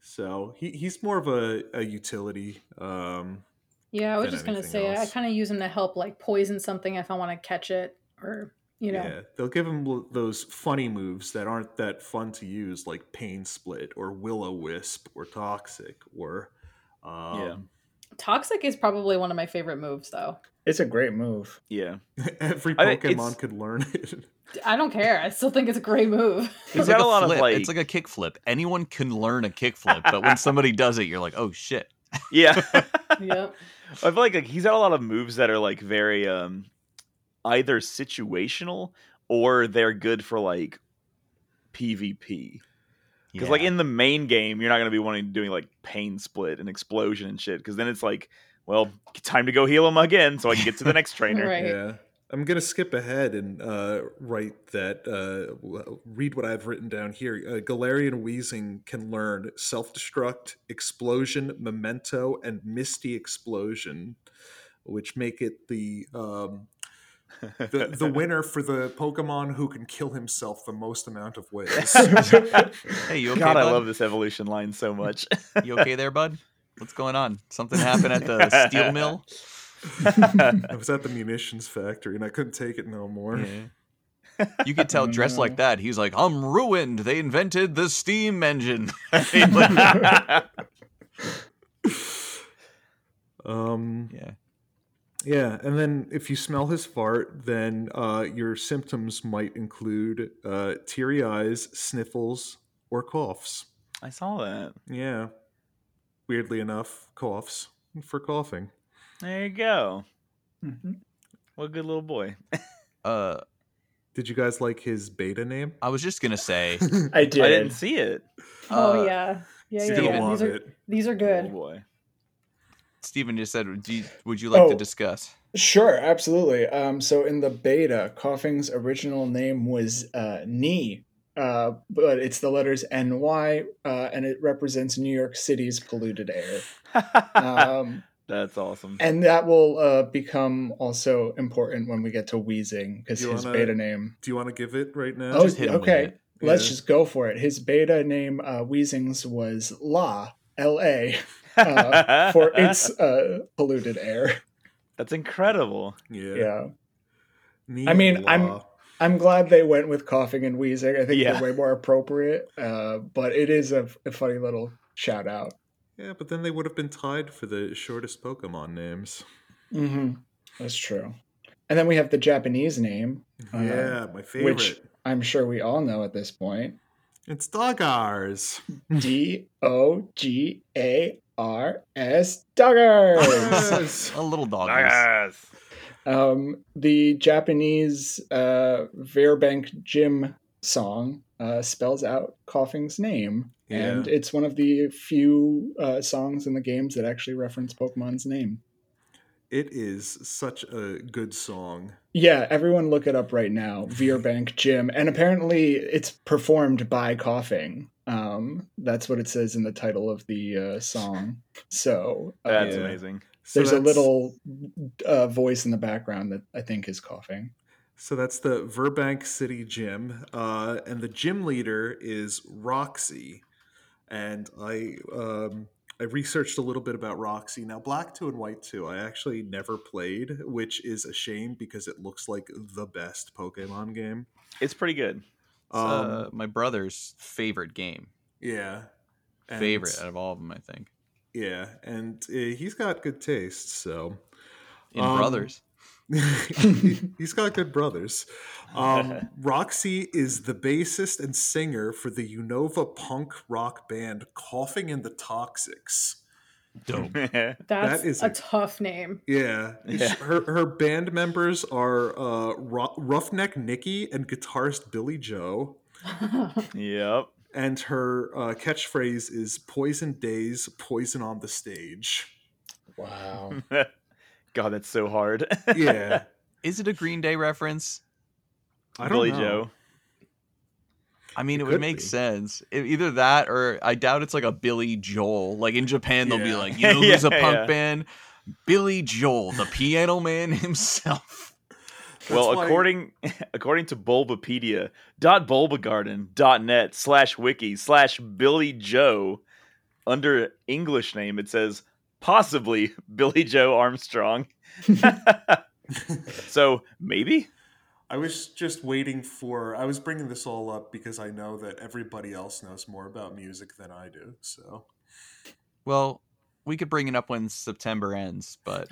C: So he, he's more of a, a utility. Um,
D: *laughs* Yeah, I was
C: than
D: just gonna
C: anything
D: say I
C: else.
D: kind of use them to help like poison something if I want to catch it or you know.
C: yeah, they'll give him l- those funny moves that aren't that fun to use, like pain split or will o wisp or toxic or um, *laughs*
D: Toxic is probably one of my favorite moves though.
B: It's a great move.
E: Yeah.
C: every
E: I mean,
C: Pokemon
E: it's-
C: could learn it.
D: I don't care. I still think it's a great move. *laughs*
E: It's
A: It's
E: got
A: like
E: a lot of,
A: flip.
E: like-
A: It's like a kickflip. Anyone can learn a kickflip, but
E: *laughs*
A: when somebody does it, you're like, "Oh shit!"
E: Yeah.
C: *laughs*
D: yep.
E: I feel like, like he's got a lot of moves that are like very um either situational or they're good for like PvP. Because like
A: Yeah.
E: in the main game, you're not gonna be wanting to doing like pain split and explosion and shit. Because then it's like, well, time to go heal him again so I can get to the next trainer.
D: Right.
C: Yeah, I'm gonna skip ahead and uh, write that. Uh, w- read what I've written down here. Uh, Galarian Wheezing can learn self-destruct, explosion, memento, and misty explosion, which make it the um,
E: *laughs*
C: the, the winner for the Pokemon who can kill himself the most amount of ways. *laughs*
A: Hey, you okay?
E: God, I
A: bud?
E: love this evolution line so much. *laughs*
A: You okay there, bud? What's going on? Something happened at the
B: *laughs*
A: steel mill?
C: I was at the munitions factory and I couldn't take it no more.
A: You could tell dressed like
B: Mm.
A: that, he's like, I'm ruined. They invented the steam
B: *laughs*
A: engine. *laughs*
C: Um,
A: yeah.
C: Yeah, and then if you smell his fart, then uh, your symptoms might include uh, teary eyes, sniffles, or coughs.
E: I saw that.
C: Yeah, weirdly enough, coughs for coughing.
E: There you go. Mm-hmm.
B: Mhm.
E: What a good little boy.
A: Uh,
C: Did you guys like his beta name?
A: I was just going to say,
B: I did.
E: I didn't see it.
A: Uh,
D: oh yeah, yeah,
C: You're
D: yeah.
A: Steven
C: gonna
D: yeah.
C: love
D: These are
C: it.
D: these are
E: Little
D: good.
E: boy.
A: Stephen just said, Do you, Would you like to
B: Oh.
A: discuss?
B: Sure, absolutely. Um, so in the beta, Coughing's original name was uh, Knee, uh, but it's the letters NY, uh, and it represents New York City's polluted
E: *laughs*
B: air. Um,
E: That's awesome.
B: and that will uh, become also important when we get to Wheezing, because
C: You
B: his
C: wanna-
B: beta name.
C: Do you want to give it right now?
B: Oh,
A: Just hit him with
B: okay.
A: it.
B: Let's
C: Yeah.
B: just go for it. His beta name, uh, Wheezing's, was La,
C: *laughs*
B: L-A,
E: *laughs*
B: uh, for its uh, polluted air.
E: That's incredible.
C: yeah.
B: Yeah.
C: Neat
B: I mean, I'm-
C: law.
B: I'm glad they went with coughing and wheezing. I think
E: Yeah.
B: they're way more appropriate. Uh, but it is a, a funny little shout out.
C: Yeah, but then they would have been tied for the shortest Pokemon names.
B: Mm-hmm. That's true. And then we have the Japanese name. Uh,
C: yeah, my favorite.
B: which- I'm sure we all know at this point.
C: It's Dogars.
B: D O G A R S
C: *laughs*
B: Duggers.
C: Yes.
A: A little dog.
B: Ah.
E: Yes.
B: um, the Japanese uh, Verbank Gym song uh, spells out Coughing's name, and
C: Yeah.
B: it's one of the few uh, songs in the games that actually reference Pokemon's name.
C: It is such a good song.
B: Yeah, everyone look it up right now. Veerbank Gym, and apparently it's performed by Coughing. Um, that's what it says in the title of the uh, song. So uh,
E: That's
C: Yeah.
E: amazing.
C: So
B: there's a
C: that's-
B: little uh, voice in the background that I think is coughing.
C: So that's the Verbank City Gym, uh, and the gym leader is Roxy. And I um, I researched a little bit about Roxy. Now, Black Two and White Two, I actually never played, which is a shame because it looks like the best Pokemon game.
E: It's pretty good.
C: Um,
A: uh, my brother's favorite game.
C: yeah, And-
A: favorite out of all of them, I think.
C: Yeah, and uh, he's got good taste, so
A: In
C: Um,
A: brothers.
C: He- *laughs* He's got good brothers.
E: *laughs*
C: Um, Roxy is the bassist and singer for the Unova punk rock band Coughing and the Toxics.
A: Dope.
E: *laughs*
D: That's
C: is
D: a,
C: a- *laughs*
D: tough name. *laughs*
C: Yeah,
E: Yeah.
C: Her, her band members are uh, Ro- Roughneck Nikki and guitarist Billy Joe.
E: yep.
C: And her uh, catchphrase is Poison Days, Poison on the
E: *laughs*
C: Stage.
B: Wow.
E: *laughs* God, that's so hard.
C: Yeah.
A: Is it a Green Day reference?
E: *laughs*
C: I don't
E: Billy
C: know.
E: Joe.
A: I mean,
C: It
A: it,
C: could
A: would make
C: be.
A: sense. E- either that, or I doubt it's like a Billy Joel. Like in Japan, they'll be
C: Yeah. *laughs*
A: like, you know, who's a
E: Yeah,
A: punk
E: yeah.
A: band? Billy Joel, the piano man *laughs* himself.
C: That's
E: well,
C: why-
E: according *laughs* according to Bulbapedia, dot bulbagarden dot net slash wiki slash Billy Joe, under English name it says possibly *laughs* Billy Joe Armstrong. *laughs* so maybe
C: I was just waiting for. I was bringing this all up because I know that everybody else knows more about music than I do. So
A: Well, we could bring it up when September ends, but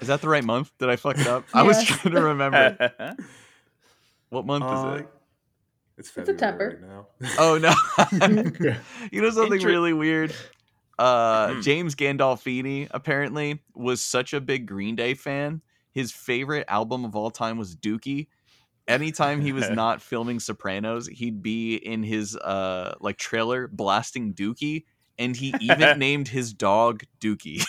A: is that the right month? Did I fuck it up? I was
D: Yes.
A: trying to
E: *laughs*
A: remember. What month
C: Uh,
A: is it?
C: It's
D: It's
C: February
D: September.
C: right now. *laughs*
A: Oh, no. *laughs* You know something
E: Intre-
A: really weird? Uh,
E: Hmm.
A: James Gandolfini apparently was such a big Green Day fan. His favorite album of all time was Dookie. Anytime he was not filming Sopranos, he'd be in his uh like trailer blasting Dookie, and he even named his dog Dookie.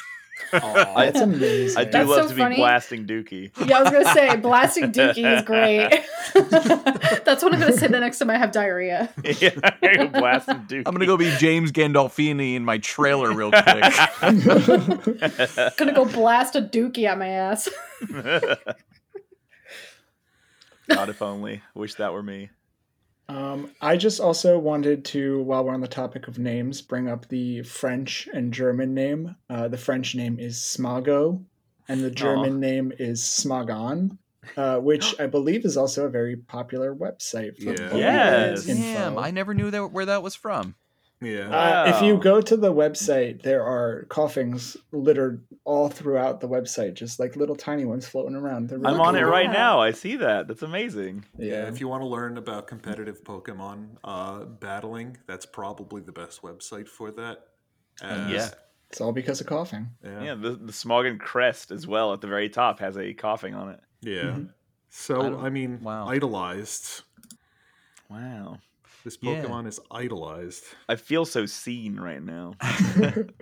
B: Aw, that's amazing.
E: I do
D: That's
E: love
D: so
E: to
D: funny.
E: be blasting Dookie. *laughs*
D: Yeah, I was gonna say blasting Dookie is great. *laughs* That's what I'm gonna say the next time I have diarrhea.
E: yeah, *laughs* I'm blasting Dookie.
A: I'm gonna go be James Gandolfini in my trailer
E: *laughs*
A: real quick.
D: gonna go blast a Dookie at my ass. *laughs*
E: God, if only. Wish that were me.
B: Um, I just also wanted to, while we're on the topic of names, bring up the French and German name. Uh, the French name is Smago, and the German name is Smagon, uh, which I believe is also a very popular website for
C: Yeah.
B: bowling
E: Yes.
B: info.
A: Damn, I never knew that where that was from.
C: Yeah.
B: Uh, if you
E: Wow.
B: go to the website, there are coughings littered all throughout the website, just like little tiny ones floating around. They're really
E: I'm on it
B: cool.
E: right
D: Yeah.
E: now. I see that. That's amazing.
C: yeah. If you want to learn about competitive Pokemon uh, battling, that's probably the best website for that. As-
A: Yeah.
B: It's all because of coughing.
E: Yeah, the, the Smogon crest as well at the very top has a coughing on it.
C: Yeah.
B: Mhm.
A: Mm-hmm. I
C: So
A: don't-
C: I, mean,
A: wow.
C: idolized.
E: Wow.
C: This
A: Yeah.
C: Pokemon is idolized.
E: I feel so seen right now. *laughs*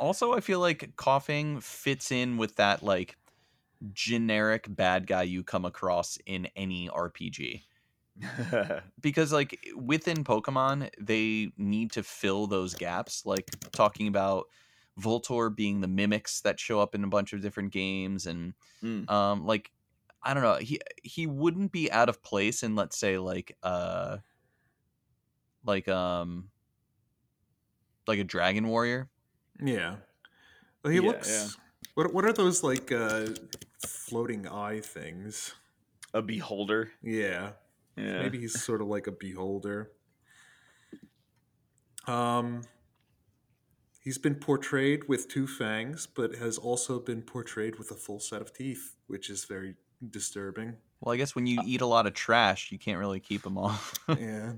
A: Also, I feel like coughing fits in with that like generic bad guy you come across in any RPG. because like within Pokemon, they need to fill those gaps. Like talking about Voltor being the mimics that show up in a bunch of different games, and
E: Mm.
A: um, like I don't know, he he wouldn't be out of place in let's say like uh, like um, like a Dragon Warrior.
C: Yeah. Well, he
E: Yeah,
C: looks. What What are those like uh, floating eye things?
E: a beholder.
C: Yeah.
E: Yeah.
C: Maybe he's sort of like a beholder. Um, he's been portrayed with two fangs, but has also been portrayed with a full set of teeth, which is very
D: *laughs*
C: disturbing.
A: Well, I guess when you eat a lot of trash, you can't really keep them all.
C: yeah.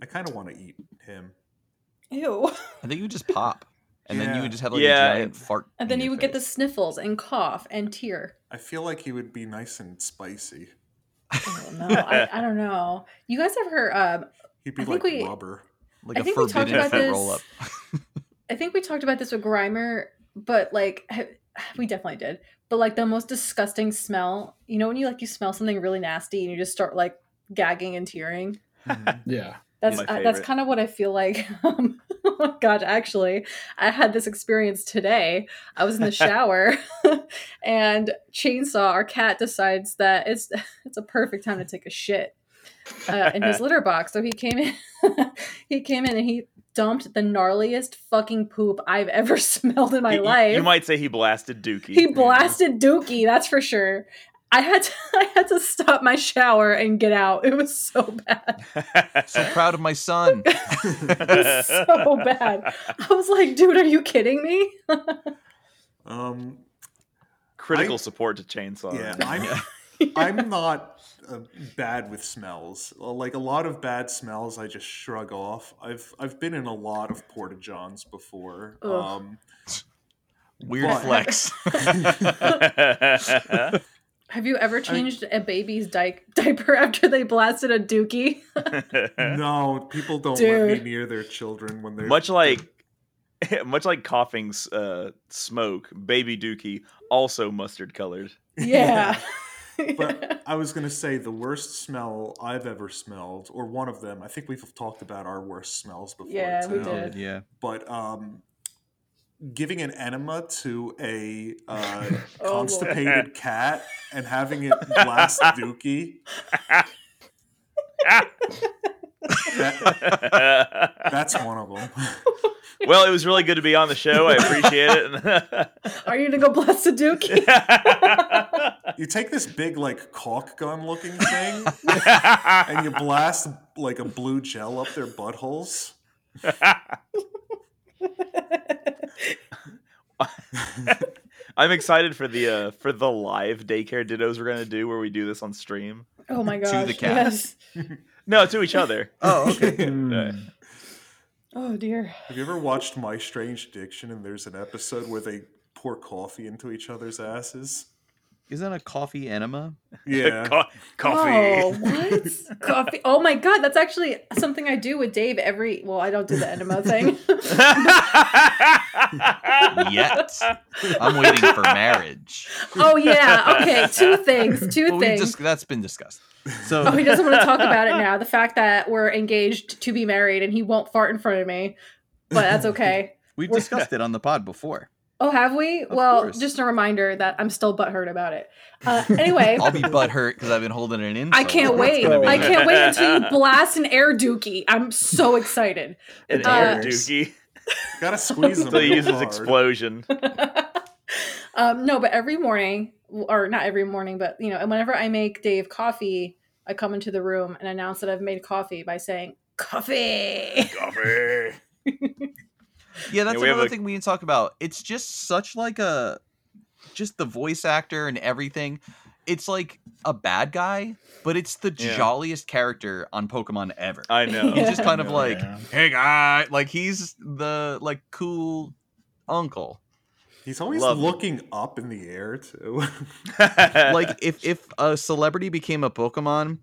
C: I kind of want to eat him.
D: Ew.
A: *laughs* I think you would just pop, and then you
C: Yeah.
A: would just have like
E: Yeah,
A: a giant fart.
D: And
A: in
D: then you
A: your
D: would get the
A: face.
D: sniffles and cough and tear.
C: I feel like he would be nice and spicy.
D: Oh,
A: *laughs*
D: no, I, I don't know. You guys have heard? Um,
C: He'd be
D: I
C: like
D: think we- *laughs*
C: rubber.
A: like
D: I
A: a
D: think we talked
A: forbidden
E: about
A: fruit
D: this-
A: roll up.
D: I think we talked about this with Grimer, but like ha- we definitely did. But like the most disgusting smell, you know, when you like you smell something really nasty and you just start like gagging and tearing.
B: Yeah.
D: That's
E: My
D: uh, that's
E: favorite.
D: kind of what I feel like. *laughs* Um, oh my gosh, actually, I had this experience today. I was in
E: *laughs*
D: the shower, *laughs* and Chainsaw, our cat, decides that it's *laughs* it's a perfect time to take a shit uh, in
E: *laughs*
D: his litter box. So he came in, *laughs* he came in, and he dumped the gnarliest fucking poop I've ever *laughs* smelled in my
E: He- he-
D: life.
E: You might say he blasted Dookie.
D: He blasted Dookie, that's for sure. I had to, *laughs* I had to stop my shower and get out. It was so bad.
A: So proud of my
D: *laughs*
A: son. *laughs*
D: was so bad. I was like, dude, are you kidding me?
C: Um,
E: *laughs* Critical
C: I-
E: support to Chainsaw. *laughs*
C: yeah,
E: right now.
C: I'm, I'm not uh, bad with smells. Uh, Like a lot of bad smells, I just shrug off. I've I've been in a lot of porta johns before.
D: Ugh.
C: Um,
A: Weird
C: But-
A: flex.
D: Have you ever changed a baby's di- diaper *laughs* after they blasted a dookie?
C: *laughs*
E: *laughs*
C: no, people don't let
D: Dude.
C: me near their children when they're
E: Eh? much like *laughs* much like coughing's uh, smoke, baby Dookie also mustard colored. *laughs*
D: Yeah.
C: But I was gonna say the worst smell I've ever smelled, or one of them. I think we've talked about our worst smells before.
D: Yeah, we
C: too.
D: did.
A: yeah.
C: But um, giving an enema to a uh,
D: *laughs* Oh, Lord.
E: *laughs*
C: constipated cat and having it blast Dookie. That,
E: well,
C: that's one of them.
E: it was really good to be on the show. I appreciate
D: Are you gonna go blast
A: *laughs*
D: a dookie?
E: it. *laughs*
C: You take this big like caulk gun looking thing and you blast like a blue gel up their buttholes.
E: I'm excited for the uh, for the live daycare dittos we're gonna do where we do this on stream.
D: Oh my
A: To
D: gosh.
A: the cat.
D: Yes.
E: No, to
C: *laughs*
E: each other.
A: Oh, *laughs* okay.
B: Mm.
D: Oh dear.
C: Have you ever watched My
E: *laughs*
C: Strange Addiction and there's an episode where they pour coffee into each other's asses?
A: Isn't that a coffee enema?
C: Yeah.
E: Co- coffee.
B: *laughs*
D: Oh, what? coffee. Oh my god, that's actually something I do with Dave every. Well, I don't do the enema
A: *laughs*
D: thing.
A: Yet. I'm waiting for marriage.
D: oh yeah. Okay. Two things. Two
A: Well, we
D: things.
A: dis- that's been discussed. So
D: *laughs* Oh, he doesn't want to talk about it now. The fact that we're engaged to be married and he won't fart in front of me, but that's okay.
A: we've discussed it on the pod before.
D: Oh, have we? well,
A: course.
D: just a reminder that I'm still butthurt about it. Uh,
A: *laughs*
D: anyway,
A: I'll be butthurt because I've been holding it in.
D: I
A: so
D: can't
A: long.
D: wait.
B: go.
D: I can't wait until you blast an air dookie. I'm so excited.
E: An
D: Uh,
E: air dookie.
C: Gotta squeeze them.
E: Until he
C: real
E: uses
C: hard.
E: explosion.
D: um, no, but every morning, or not every morning, but you know, and whenever I make Dave coffee, I come into the room and announce that I've made coffee by saying coffee.
E: Coffee.
A: Yeah, that's
E: Yeah, we have
A: another
E: a-
A: thing we need to talk about. It's just such like a just the voice actor and everything. It's like a bad guy, but it's the
E: Yeah.
A: jolliest character on Pokemon ever.
E: I know.
A: He's
E: *laughs*
A: just
D: Yeah.
A: kind of like,
B: Yeah.
A: hey guy, like he's the like cool uncle.
C: He's always
E: Love it.
C: looking up in the air too. *laughs*
A: Like if if a celebrity became a Pokemon,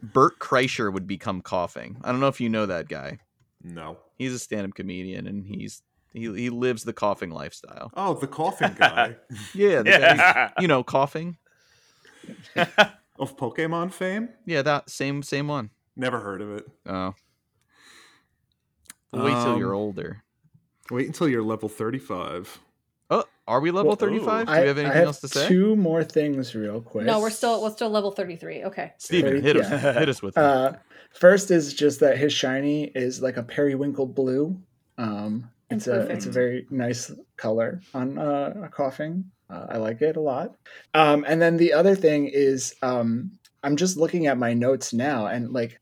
A: Bert Kreischer would become coughing. I don't know if you know that guy.
C: no.
A: He's a stand-up comedian and he's he, he lives the coughing lifestyle.
C: Oh, the coughing guy
A: Yeah, the guy,
E: Yeah.
A: you know, coughing.
C: of Pokemon fame.
A: Yeah, that same same one.
C: Never heard of it.
A: Oh. Wait till you're
C: Um,
A: older.
C: Wait until you're level thirty-five.
A: Oh, are we level
C: Well,
A: thirty five? Do
B: I,
A: you have
B: I
A: anything
B: have
A: else to say?
B: Two more things, real quick.
D: No, we're still we're still level thirty three. Okay.
A: Steven, hit us
E: Yeah.
A: hit us with it.
B: Uh, first is just that his shiny is like a periwinkle blue. Um, it's a it's a
D: Perfect.
B: very nice color on uh, a coughing. Uh, I like it a lot. Um, and then the other thing is, um, I'm just looking at my notes now, and like,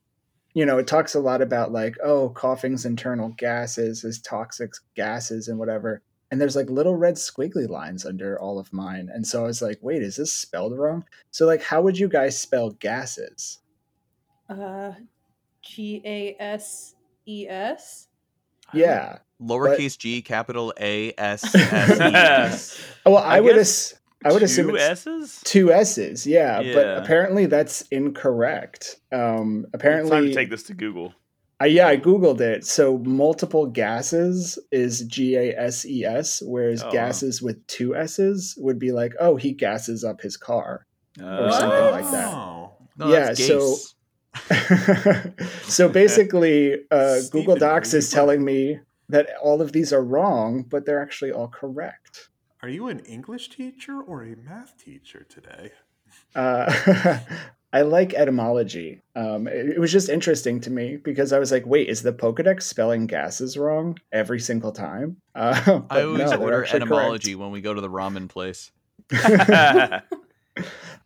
B: you know, it talks a lot about like, oh, coughing's internal gases is toxic gases and whatever. And there's like little red squiggly lines under all of mine, and so I was like, wait, is this spelled wrong? So like, how would you guys spell gases?
D: Uh, G A S E S.
B: Yeah.
A: Lowercase G, capital A S S E.
B: *laughs* Well, I,
E: I
B: would
E: guess
B: ass- I would assume
E: Two
B: it's
E: S's?
B: two S's. Yeah,
E: Yeah.
B: but apparently that's incorrect. Um,
E: It's time to
B: apparently,
E: take this to Google.
B: I, yeah, I googled it. So multiple gases is G A S E S, whereas
E: Oh, wow.
B: gases with two S's would be like, oh, he gasses up his car. *laughs*
E: Uh,
B: something like that.
C: Oh.
A: No,
B: Yeah,
A: that's
B: so-
A: Gase.
B: so basically,
E: *laughs*
B: uh,
C: Stephen,
B: Google Docs
C: are you
B: is telling me that all of these are wrong, but they're actually all correct.
C: Are you an English teacher or a math teacher today?
B: uh, *laughs* I like etymology. Um, it, it was just interesting to me because I was like, wait, is the Pokedex spelling gases wrong every single time? *laughs* Uh,
A: I
B: but no,
A: always
B: they're
A: order
B: actually
A: etymology when we go to the ramen
B: *laughs*
A: place.
E: *laughs*
B: correct. *laughs*
E: I,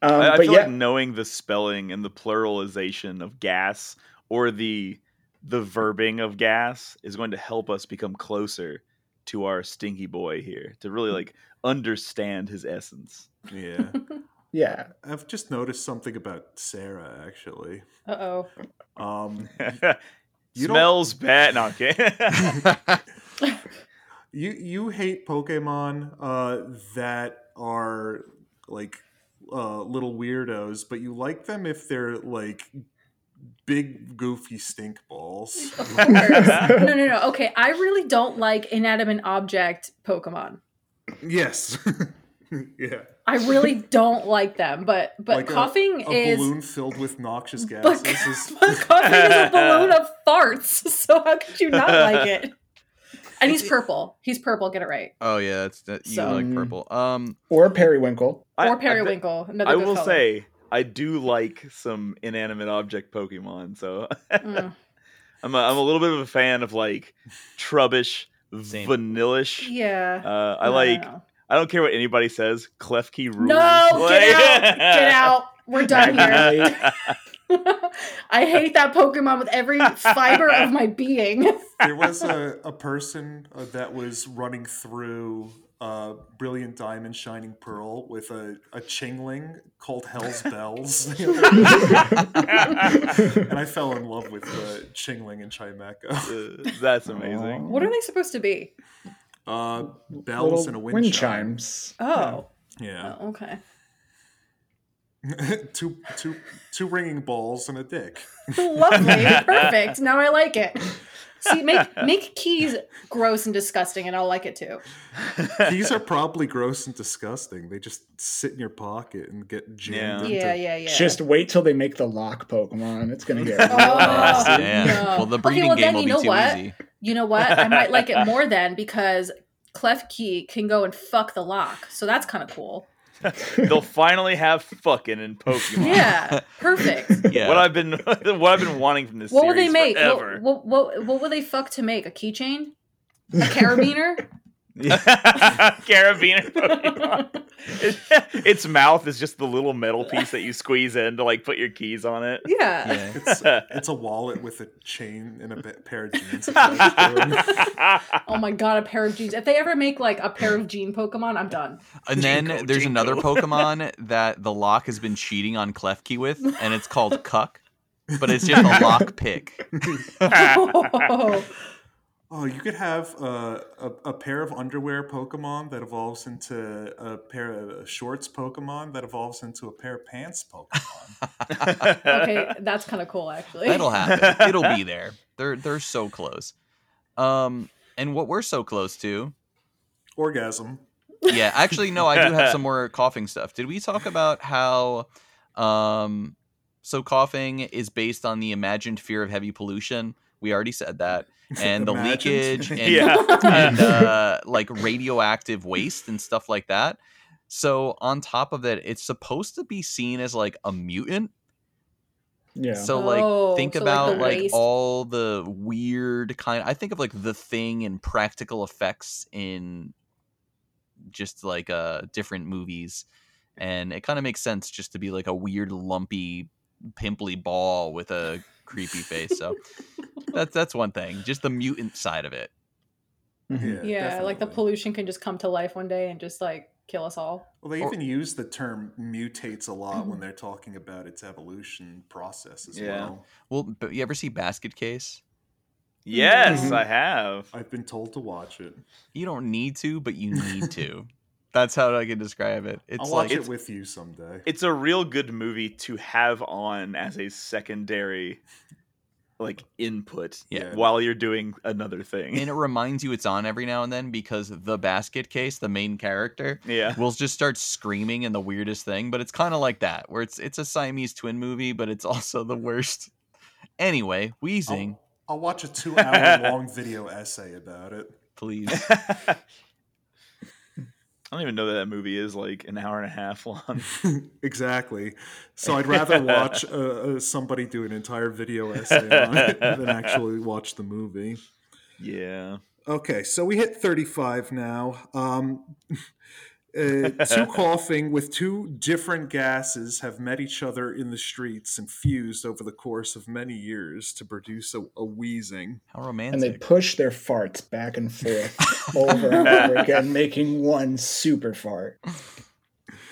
B: um,
E: I
B: but
E: feel
B: yeah,
E: like knowing the spelling and the pluralization of gas or the the verbing of gas is going to help us become closer to our stinky boy here to really like understand his essence. *laughs*
B: *laughs*
C: Yeah.
B: yeah.
C: I've just noticed something about Sarah actually.
D: Uh
E: *laughs*
D: oh.
C: Um, You don't-
E: Smells bad. No,
D: *laughs*
E: okay.
C: you you hate Pokemon uh, that are like uh, little weirdos, but you like them if they're like big goofy stink balls.
D: Of course. no, *laughs* no, no. Okay, I really don't like inanimate object Pokemon.
C: *laughs* yes. *laughs* yeah.
D: I
E: *laughs*
D: really don't like them. But but
C: Like a-
D: coughing
C: A
D: is
C: balloon filled with noxious gases.
D: but,
C: is,
D: *laughs* but *laughs* coughing is a balloon of farts. *laughs* So how could you not like
E: *laughs*
D: it? And he's purple. He's purple. Get it right.
A: oh yeah, that's that, you
D: So-
A: like
B: mm.
A: purple. Um,
B: Or periwinkle.
E: I- I
D: Or
E: thi-
D: periwinkle. another
E: I
D: good
E: will
D: color.
E: say I do like some inanimate object Pokemon, so
D: Mm.
E: I'm a, I'm a little bit of a fan of like trubbish,
A: Same.
E: vanillish.
D: yeah.
E: Uh, *laughs* I
D: No, no,
E: like.
D: no.
E: I don't care what anybody says. Klefki rules.
D: No,
E: *laughs*
D: get out!
E: Like-
D: Get out! We're done here.
B: I,
D: *laughs* I hate that Pokemon with every fiber of my being.
C: there was a, a person uh, that was running through uh, Brilliant Diamond Shining Pearl with a, a Chingling called
D: *laughs*
C: Hell's Bells. and I fell in love with the Chingling and Chimeco.
E: Uh, *laughs* That's amazing.
D: What are they supposed to be?
C: Uh,
B: Little
C: bells and a wind,
B: wind
C: chime.
B: chimes.
D: Oh,
C: Yeah.
D: oh okay.
C: *laughs* two, two, two ringing balls and a
D: *laughs*
C: dick.
D: *laughs* Lovely. Perfect. Now I like it. See, make make keys gross and disgusting, and I'll like it too.
C: These are probably gross and disgusting. They just sit in your pocket and get jammed.
D: Yeah,
C: into-
D: yeah, yeah.
B: Just wait till they make the lock Pokemon. It's gonna get.
D: *laughs* Oh,
B: nasty.
A: ah, man.
D: no.
A: Well, the
D: Okay,
A: breeding
D: well,
A: game
D: then
A: will
D: you
A: be
D: know
A: too
D: what?
B: *laughs*
A: easy.
D: You know what? I might like it more then because Clef Key can go and fuck the lock. So that's kind of cool.
E: *laughs* They'll finally have fucking in Pokemon.
D: Yeah. Perfect.
A: Yeah.
E: What I've been *laughs* what I've been wanting from this
D: What would
E: series
D: they make?
E: forever. *laughs*
D: What, what, what, what would they fuck to make? A keychain? A carabiner?
E: Carabiner Pokemon.
D: *laughs*
E: It- its mouth is just the little metal piece that you squeeze in to like put your keys on
D: *laughs*
E: it.
D: Yeah.
A: yeah. *laughs*
C: It's, it's a wallet with a chain and a pa- pair of jeans. attached
A: *laughs*
C: to it.
D: Oh my god, a pair of jeans. If they ever make like a pair of jean Pokemon, I'm done. *laughs*
A: And then
E: Jinko,
A: there's another
E: Jinko.
A: Pokemon
E: *laughs*
A: that the lock has been cheating on Klefki with, and it's
E: *laughs*
A: called Cuck, but it's just a lock pick.
C: Oh, you could have uh, a, a pair of underwear Pokemon that evolves into a pair of shorts Pokemon that evolves into a pair of pants Pokemon.
D: okay, that's kind of cool actually.
A: That'll
E: *laughs*
A: happen. It'll be there. They're they're so close. Um, and what we're so close to.
C: Orgasm. *laughs*
A: Yeah, actually, no, I do have
E: *laughs*
A: some more coughing stuff. Did we talk about how, um, so coughing is based on the imagined fear of heavy pollution? We already said that, and the
C: Imagined.
A: leakage,
C: *laughs*
A: and
D: *laughs*
E: *laughs*
A: and
E: *laughs* yeah.
A: uh, like radioactive waste and stuff like that. So on top of that, it's supposed to be seen as like a mutant.
B: yeah.
A: So like
D: Oh,
A: think
D: so, like,
A: about
D: the
A: like,
D: waste.
A: all the weird kind. I think of like the thing and practical effects in just like uh different movies, and it kind of makes sense just to be like a weird lumpy pimply ball with a creepy face.
D: *laughs*
A: So that's that's one thing. Just the mutant side of it.
B: Mhm.
D: yeah, like the
C: definitely.
D: pollution can just come to life one day and just like kill us all.
C: Well, they
A: Or-
C: even use the term mutates a lot
D: *clears throat*
C: when they're talking about its evolution process as
E: Yeah.
C: well.
A: Well, but you ever see Basket Case?
E: yes,
C: Mm-hmm.
D: Mhm.
E: I have.
C: I've been told to watch it.
A: You don't need to, but you
E: *laughs*
A: need to. That's how I can describe it. It's
C: I'll watch
A: like
C: it with you someday.
E: It's a real good movie to have on as a secondary like input
C: Yeah.
E: while you're doing another thing.
A: and it reminds you it's on every now and then because the basket case, the main character,
E: *laughs* *laughs* yeah.
A: will just start screaming in the weirdest thing, but it's kind of like that where it's it's a Siamese twin movie, but it's also the worst. Anyway, wheezing,
C: I'll, I'll watch
A: *laughs*
C: a two-hour-long video essay about it.
A: please.
E: I don't even know that that movie is like an hour and a
C: *laughs*
E: half long.
C: exactly. So I'd rather
E: *laughs*
C: watch uh, uh, somebody do an entire video essay on it than actually watch the movie.
E: Yeah.
C: Okay, so we hit 35 now. Um, *laughs* uh,
E: *laughs*
C: two coughing with two different gases have met each other in the streets and fused over the course of many years to produce a, a wheezing.
A: How
B: And they
A: romantic.
B: push their farts back and forth over
D: *laughs*
B: and over again, making one super fart.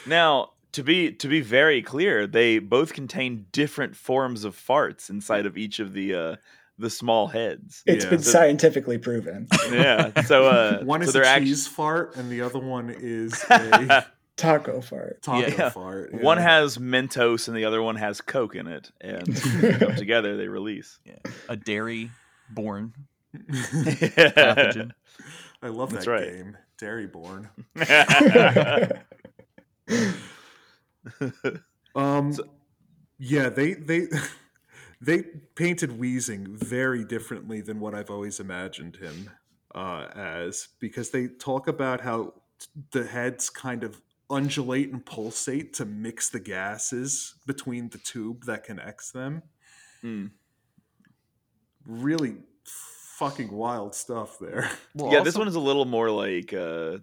E: Now, to be to be very clear, they both contain different forms of farts inside of each of the uh the small
C: *laughs*
E: heads.
B: It's
C: Yeah.
B: been scientifically proven.
E: Yeah. So uh
C: One
E: so
C: is
E: they're
C: a
E: act-
C: cheese fart, and the other
E: *laughs*
C: one is a
B: Taco fart.
C: taco
A: Yeah.
C: fart. yeah.
E: one has Mentos and the other one has Coke in it,
B: *laughs*
E: and when they come together they release.
A: *laughs* a dairy born
E: *laughs*
A: pathogen.
E: Pathogen.
C: I love
E: That's
C: that
E: right.
C: game, Dairyborn. Um, yeah, they they *laughs* they painted Wheezing very differently than what I've always imagined him uh, as, because they talk about how the heads kind of undulate and pulsate to mix the gases between the tube that connects them.
E: Hmm.
C: Really fucking wild stuff there. *laughs*
A: Well,
E: yeah, this
A: also-
E: one is a little more like uh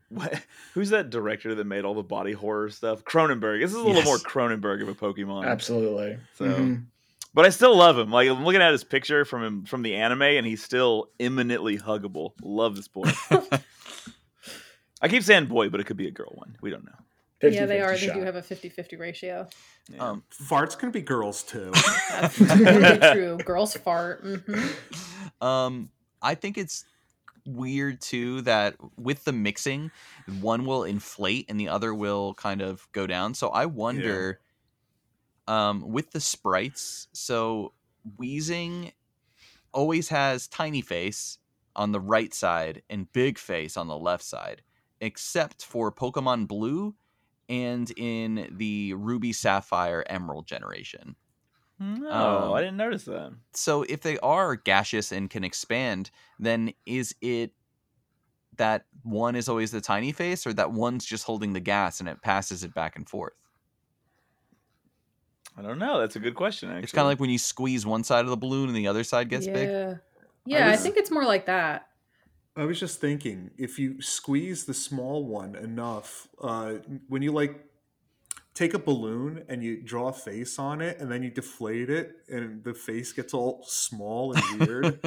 E: *laughs* what, who's that director that made all the body horror stuff? Cronenberg. This is a little
A: Yes.
E: more Cronenberg of a Pokemon.
B: Absolutely.
E: So-
B: Mhm.
E: But I still love him. Like I'm looking at his picture from him from the anime, and he's still eminently huggable. Love
A: *laughs*
E: this boy. I keep saying boy, but it could be a girl one. We don't know.
D: yeah, they
B: 50-50
D: are.
B: shot.
D: They do have a 50-50 ratio.
E: Yeah.
A: um,
C: Farts can be girls too.
D: Mm-hmm. That's totally true. Girls fart. hmm
A: um, I think it's weird too that with the mixing, one will inflate and the other will kind of go down. So I wonder um with the sprites, so Wheezing always has tiny face on the right side and big face on the left side, except for Pokemon Blue and in the Ruby Sapphire Emerald generation. Um,
E: No, Oh, I didn't notice that.
A: So if they are gaseous and can expand, then is it that one is always the tiny face or that one's just holding the gas and it passes it back and forth?
E: I don't know. That's a good question. Actually,
A: It's kind of like when you squeeze one side of the balloon and the other side gets
D: yeah.
A: big.
D: Yeah, I,
C: was-
D: think it's more like that.
C: I was just thinking, if you squeeze the small one enough, uh, when you like take a balloon and you draw a face on it, and then you deflate it, and the face gets all small and weird.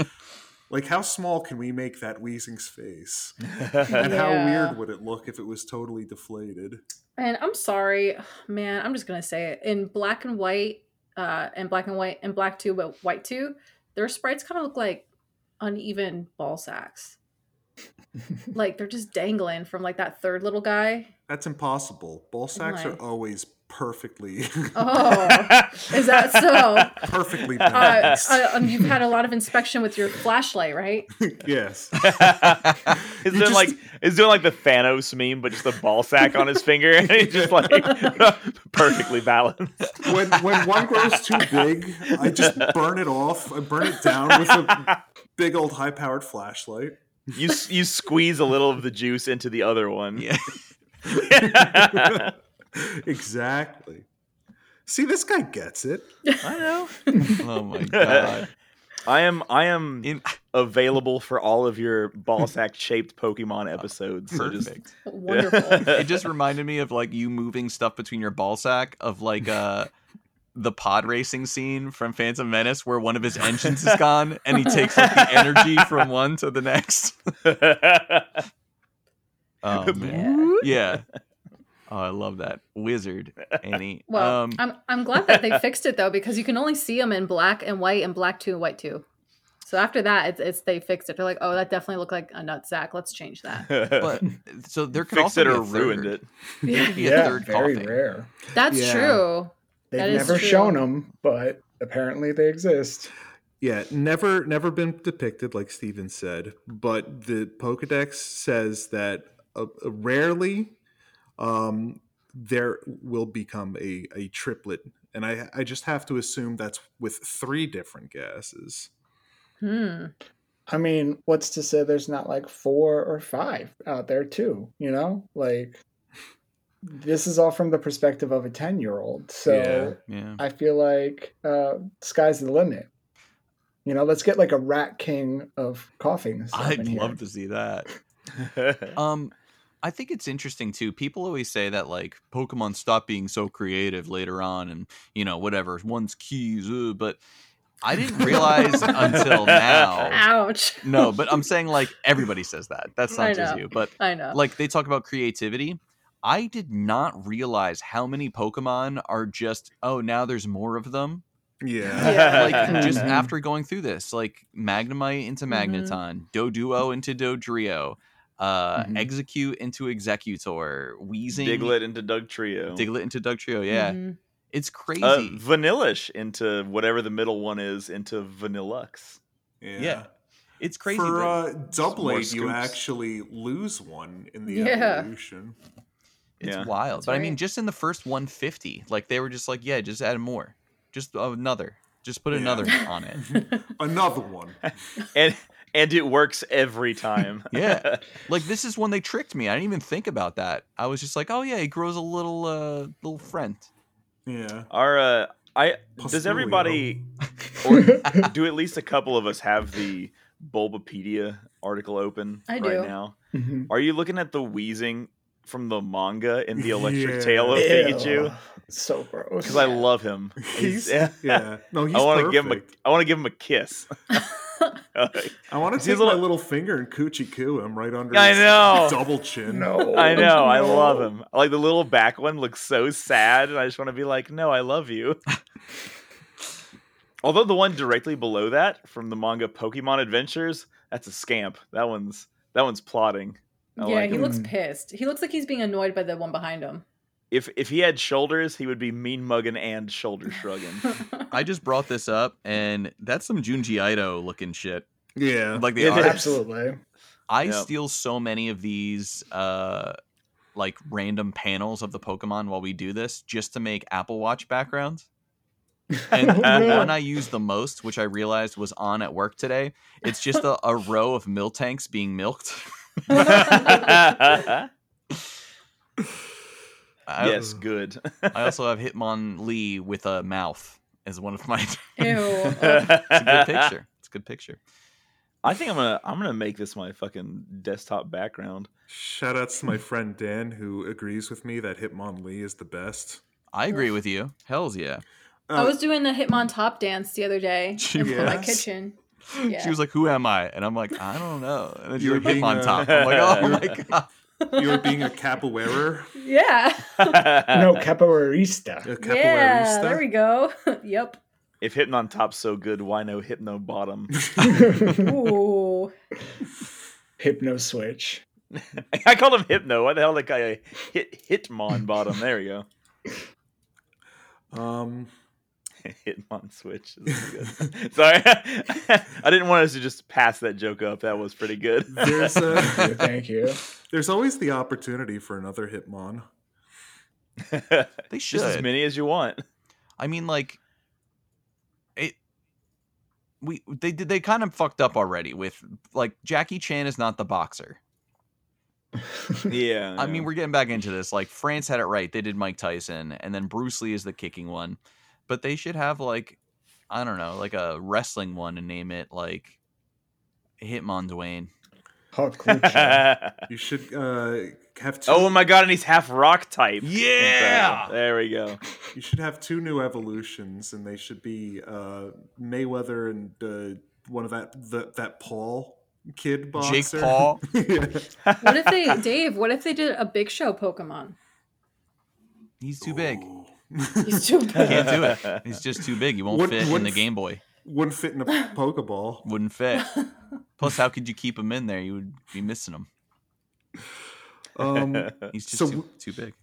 C: like, how small can we make that Weezing's face?
E: *laughs*
C: And how
D: Yeah.
C: weird would it look if it was totally deflated?
D: And I'm sorry, man, I'm just gonna say it. In black and white, uh, and black and white and black two, but white two, their sprites kind of look like uneven ball sacks. like they're just dangling from like that third little guy.
C: *laughs* That's impossible.
D: Oh
C: Ball sacks are
D: Why?
C: always
D: *laughs*
C: perfectly, *laughs*
E: *laughs*
D: Oh. *laughs* Is that so?
C: perfectly
D: Uh,
C: balanced.
D: uh, um, you've had a lot of inspection with your flashlight, right?
C: *laughs* yes.
E: He's
C: You
E: doing
C: just-
E: like he's doing like the Thanos meme, but just a ball sack on his finger, *laughs* and he's just like perfectly balanced.
C: when when one grows too big, I just burn it off. I burn it down with a big old high powered flashlight.
E: You s- you squeeze a little of the juice into the other one.
A: Yeah.
E: I
C: Exactly. See, this guy gets it.
E: know.
A: oh
E: *laughs*
A: my god.
E: *laughs* I am I am
A: In-
E: available for all of your ball sack
A: *laughs*
E: shaped Pokemon episodes. So just *laughs*
A: Perfect.
D: Wonderful.
A: it just reminded me of like you moving stuff between your ball sack of like uh the pod racing scene from Phantom Menace where one of his engines is gone and he takes like the energy from one to the
E: *laughs*
A: next. Oh man. Yeah. *laughs* Oh, I love that. Wizard Annie.
D: *laughs* Well,
A: um
D: I'm I'm glad that they fixed it though because you can only see them in black and white and black two and white two. So after that, it's, it's they fixed it. They're like, oh, that definitely looked like a nut sack. Let's change that.
E: *laughs*
A: but so there can
E: fixed
A: also
E: it
A: be
E: or
A: a third.
E: ruined it.
A: There could be a
B: yeah,
A: third
B: very
A: coughing.
B: rare.
D: That's
C: Yeah.
D: true.
B: They've
D: That is
B: never
D: true.
B: shown them, but apparently they exist.
C: Yeah, never never been depicted like Steven said, but the Pokedex says that uh, uh, rarely um, there will become a, a triplet. And I, I just have to assume that's with three different gases.
D: Hmm.
B: I mean, what's to say there's not like four or five out there too? You know, like this is all from the perspective of a ten-year-old. So
C: Yeah.
A: Yeah.
B: I feel like uh, sky's the limit. You know, let's get like a rat king of coughing. stuff
A: I'd
B: in here.
A: love to see
E: *laughs*
A: that. Um, I think it's interesting too. People always say that like Pokemon stop being so creative later on, and you know whatever one's keys. uh, but I didn't realize
E: *laughs*
A: until now.
D: Ouch.
A: No, but I'm saying like everybody says that. That's
D: I
A: not just
D: know.
A: you, but
D: *laughs* I know.
A: Uh, like they talk about creativity. I did not realize how many Pokemon are just oh now there's more of
E: *laughs*
A: them.
C: Yeah.
D: Yeah.
A: Like just
B: Mhm.
A: after going through this, like Magnemite into Magneton, Doduo into Dodrio, uh,
B: Mhm.
A: Execute into Executor,
E: *laughs*
A: Wheezing
E: Diglett into Doug Trio.
A: Diglett into Dugtrio. Yeah,
D: Mhm.
A: it's crazy.
E: Uh, Vanillish into whatever the middle one is into Vanillux.
A: yeah. it's crazy.
C: For
A: but
C: uh, Doublade, you
E: scoops.
C: actually lose one in the
D: Yeah.
C: evolution.
A: it's
E: yeah.
A: wild.
D: That's
A: but I mean,
D: right.
A: just in the first 150, like they were just like, yeah, just add more, just another, just put
C: Yeah.
A: another on it.
C: Another
E: *laughs*
C: one.
E: And and it works every time.
A: *laughs* Yeah. Like this is when they tricked me. I didn't even think about that. I was just like, oh yeah, it grows a little uh little friend.
C: Yeah.
E: *laughs* Our uh I does
C: Postulio.
E: everybody *laughs*
B: *laughs*
E: or do at least a couple of us have the Bulbapedia article open
D: I
E: right
D: do.
E: now?
B: Mhm.
E: Are you looking at the wheezing from the manga in the electric
C: Yeah.
E: tail of
B: Ew.
E: Pikachu?
C: *laughs*
B: So gross.
E: Because I love him.
C: He's,
E: *laughs* yeah.
C: yeah. No, he's
E: I
C: want
E: to give him a I want to give him a kiss. *laughs*
C: I want to
E: He's
C: take
E: a little-
C: my little finger and coochie coo him right under
E: I
C: his
E: know.
C: double chin.
B: No.
E: *laughs* I know, I
B: No.
E: *laughs*
B: *laughs*
E: love him. Like the little back one looks so sad, and I just want to be like, no, I love *laughs* you. Although the one directly below that from the manga Pokemon Adventures that's a scamp. That one's that one's plotting. I
D: yeah,
E: like
D: he
E: him.
D: looks
B: Mm.
D: pissed. He looks like he's being annoyed by the one behind him.
E: If if he had shoulders, he would be mean mugging and shoulder *laughs* shrugging.
D: *laughs*
A: I just brought this up, and that's some Junji Ito looking shit.
C: Yeah.
A: Like the
E: It
A: art.
E: is.
B: Absolutely.
A: I
E: Yep.
A: steal so many of these uh like random panels of the Pokemon while we do this just to make Apple Watch backgrounds. And the one I use the most, which I realized was on at work today, it's just a, a row of milk tanks being milked. *laughs* I,
E: yes, good.
A: I also have Hitmonlee with a mouth as one of my *laughs* it's
D: Ew.
E: *laughs*
D: Ugh.
A: a good picture. It's a good picture.
E: I think I'm gonna I'm gonna make this my fucking desktop background.
C: Shout outs to my friend Dan who agrees with me that Hitmonlee is the
D: *laughs*
C: best.
A: I agree with you. Hells yeah.
D: I was doing the Hitmon top dance the other day
A: She
D: in my
C: was.
D: kitchen.
A: She
D: Yeah.
A: was like, "Who am I?" And I'm like, "I don't know." And then she's
C: You
A: like,
C: were being,
A: "Hitmon
C: uh,
A: top." I'm like, "Oh my god."
C: you were being a capoeira.
D: *laughs* Yeah.
B: No,
E: *laughs* no,
C: A
E: *laughs*
B: capoeirista.
C: capoeirista.
D: Yeah. There we go. *laughs* yep.
E: if Hypnon top's so good, why no Hypno bottom?
D: Ooh.
B: *laughs* Hypno switch.
E: *laughs* I called him Hypno. Why the hell did I hit Hitmon bottom? There we go. *laughs*
C: um,
E: Hitmon switch. This is good. Sorry, *laughs* I didn't want us to just pass that joke up. That was pretty good.
C: there's a, *laughs*
B: Thank you.
C: there's always the opportunity for another Hitmon.
E: *laughs* just
A: They should.
E: as many as you want.
A: I mean, like it. We they did they kind of fucked up already with like Jackie Chan is not the boxer.
E: Yeah.
A: I mean,
E: *laughs*
A: we're getting back into this. Like France had it right; they did Mike Tyson, and then Bruce Lee is the kicking one. But they should have like I don't know, like a wrestling one, and name it like Hitmon Dwayne.
B: Hulk
E: *laughs*
B: Lucha.
E: yeah.
C: You should uh, have two.
E: oh my god, and he's half rock type.
A: Yeah!
E: There we go.
C: You should have two new evolutions, and they should be uh, Mayweather and uh, one of that the, that Paul kid boxer.
A: Jake Paul.
C: *laughs* Yeah.
D: What if they, Dave? What if they did a Big Show Pokemon?
A: He's too big.
D: He's too big.
A: Can't do *laughs* it. He's just too big. He won't
C: What-
A: fit
C: what
A: in the
C: if-
A: Game Boy.
C: *laughs* Wouldn't
A: *laughs*
C: fit in a Pokeball.
A: Wouldn't *laughs* fit. Plus, how could you keep him in there? You would be missing him. *laughs*
C: Um,
A: He's just
C: So
A: too,
C: w-
A: too big.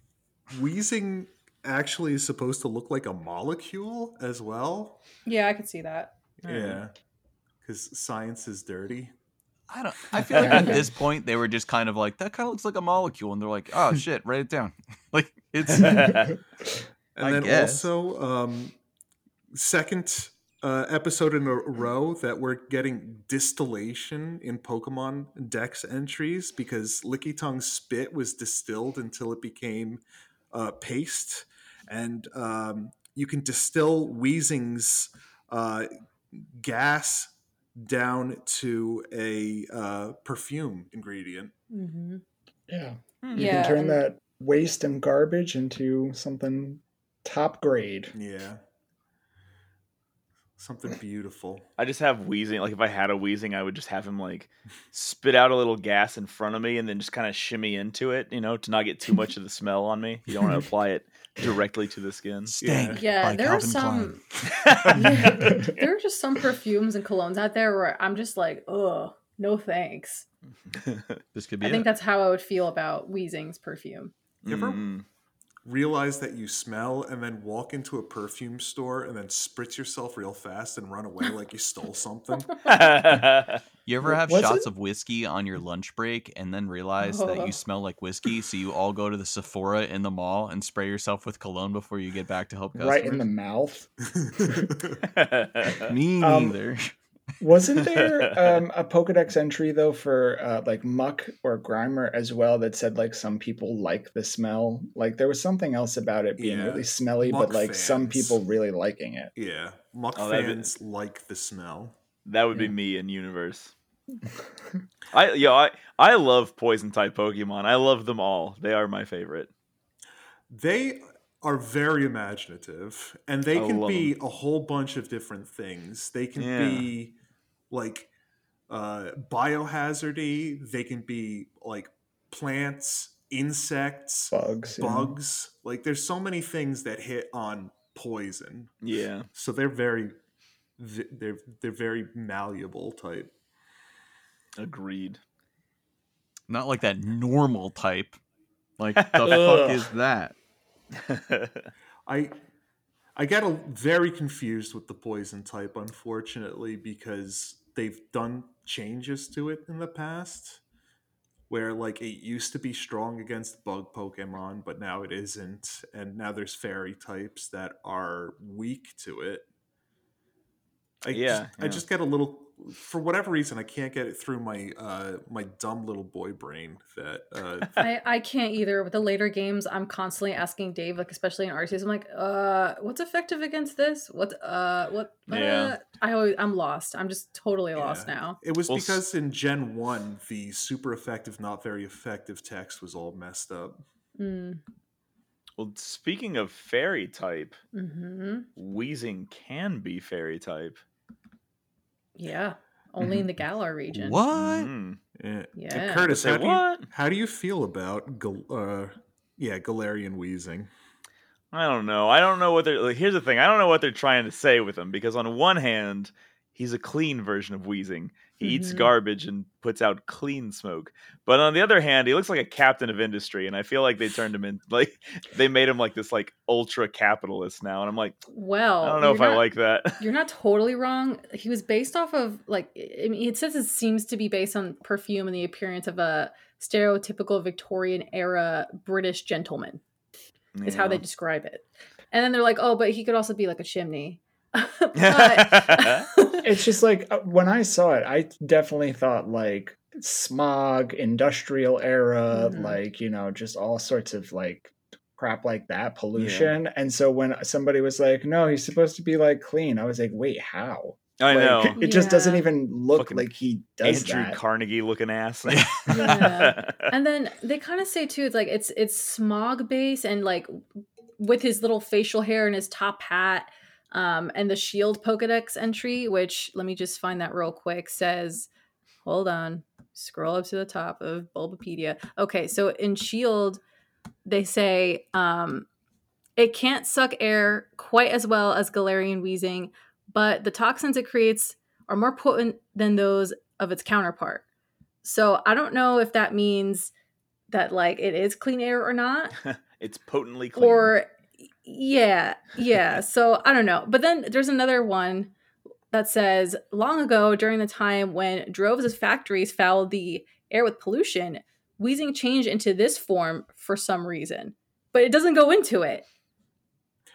C: Wheezing actually is supposed to look like a molecule as well.
D: Yeah, I could see that.
C: Yeah, because science is dirty.
A: I don't. I feel like at this point they were just kind of like that. Kind of looks like a molecule, and they're like, *laughs* "Oh shit, write it down." Like *laughs* it's
C: And
A: I
C: then
A: guess.
C: also, um, second uh, episode in a row that we're getting distillation in Pokemon Dex entries because Lickitung spit was distilled until it became uh, paste, and um, you can distill Weezing's uh, gas down to a uh, perfume ingredient.
D: Mm-hmm.
B: yeah.
E: Hmm.
B: You
D: Yeah,
B: can turn
D: and-
B: that waste and garbage into something top grade.
C: Yeah, something beautiful.
E: I just have wheezing. Like if I had a wheezing, I would just have him like spit out a little gas in front of me and then just kind of shimmy into it, you know, to not get too much of the smell on me. You don't want to apply it directly to the skin.
A: stank.
D: Yeah,
A: by
D: there are
A: Calvin
D: some.
E: yeah.
D: *laughs*
C: *laughs*
D: There are just some perfumes and colognes out there where I'm just like, ugh, no thanks.
E: *laughs*
A: Klein. This could be.
D: I think that's how I would feel about Weezing's perfume.
C: ever-
E: Mm.
C: realize that you smell and then walk into a perfume store and then spritz yourself real fast and run away like you stole something.
A: You ever have
B: Was
A: shots
B: it?
A: of whiskey on your lunch break, and then realize that
D: Oh.
A: you smell like whiskey, so you all go to the Sephora in the mall and spray yourself with cologne before you get back to help customers.
B: Right in the mouth.
E: Mm-hmm. *laughs*
A: Me
B: *laughs* Um,
A: neither.
B: Wasn't there um, a Pokedex entry though for uh, like Muck or Grimer as well that said like some people like the smell? Like there was something else about it being
C: Yeah.
B: really smelly,
C: Muck
B: but like some
C: fans.
B: people really liking it.
C: yeah, muck
E: Oh, that'd be-
C: fans like the smell.
E: that would be
B: Yeah.
E: me in universe. I yo, I I love poison type Pokemon. I love them all. They are my favorite.
C: They are very imaginative and they
E: I
C: can
E: love
C: be a whole bunch of different things. They can
E: Yeah.
C: be like uh, biohazardy, they can be like plants, insects,
B: Bugs. you know?
C: bugs. Like there's so many things that hit on poison.
E: Yeah.
C: So they're very, v- they're they're very malleable type.
E: *laughs* Agreed.
A: Not like that normal type.
C: *laughs*
A: Like the fuck is that?
C: I I got a, very confused with the poison type, unfortunately, because they've done changes to it in the past, where like it used to be strong against bug Pokemon, but now it isn't, and now there's fairy types that are weak to it. I
E: Yeah,
C: just,
E: yeah.
C: I just get a little. For whatever reason, I can't get it through my uh, my dumb little boy brain that uh,
D: I, I can't either. With the later games, I'm constantly asking Dave, like especially in Arceus, I'm like, uh, what's effective against this? What uh what uh,
E: Yeah.
D: I always I'm lost. I'm just totally lost
C: Yeah.
D: now.
C: It was
E: Well, s-
C: because in Gen 1, the super effective, not very effective text was all messed up.
D: Mm.
E: well, speaking of fairy type,
D: hmm
E: wheezing can be fairy type.
D: Yeah. Only
E: *laughs*
D: in the Galar region.
C: Mm-hmm.
A: What?
E: Mm.
C: Yeah.
D: Yeah.
C: Eh, Curtis,
E: Say
C: how do, you,
E: what?
C: how do you feel about Gal- uh, yeah, Galarian wheezing?
E: I don't know. I don't know what they're. Like, here's the thing. I don't know what they're trying to say with him because on one hand, he's a clean version of wheezing. He eats
D: Mhm.
E: garbage and puts out clean smoke. But on the other hand, he looks like a captain of industry, and I feel like they
D: *laughs*
E: turned him in. Like they made him like this like ultra capitalist now, and I'm like,
D: Well,
E: I don't know
D: Oh, you're
E: if I
D: not-
E: like that.
D: You're not totally wrong. He was based off of like I mean, it says it seems to be based on perfume and the appearance of a stereotypical Victorian era British gentleman
E: *laughs*
D: is how they describe it. And then they're like, oh, but he could also be like a chimney. *laughs* but *laughs*
E: Yeah.
B: It's just like uh, when I saw it, I definitely thought like smog, industrial era,
C: Mm-hmm.
D: Mhm.
B: like, you know, just all sorts of like crap like that, pollution. And so when somebody was like, no, he's supposed to be like clean, I was like, wait, how?
E: I
B: Like,
E: know.
B: It just doesn't
D: Yeah.
B: even look
E: Fucking
B: like he *laughs* does
E: Andrew
B: that.
E: Carnegie looking ass. *laughs*
D: Yeah. and then they kind of say too, it's like it's it's smog base and like with his little facial hair and his top hat, um, and the shield Pokedex entry, which let me just find that real quick, says, hold on, scroll up to the top of Bulbapedia. Okay, so in Shield, they say um, it can't suck air quite as well as Galarian wheezing, but the toxins it creates are more potent than those of its counterpart. So I don't know if that means that like it is clean air or not
E: it's potently clean.
D: or yeah
B: *laughs*
D: yeah so i don't know but then there's another one that says long ago during the time when droves of factories fouled the air with pollution wheezing changed into this form for some reason but it doesn't go into it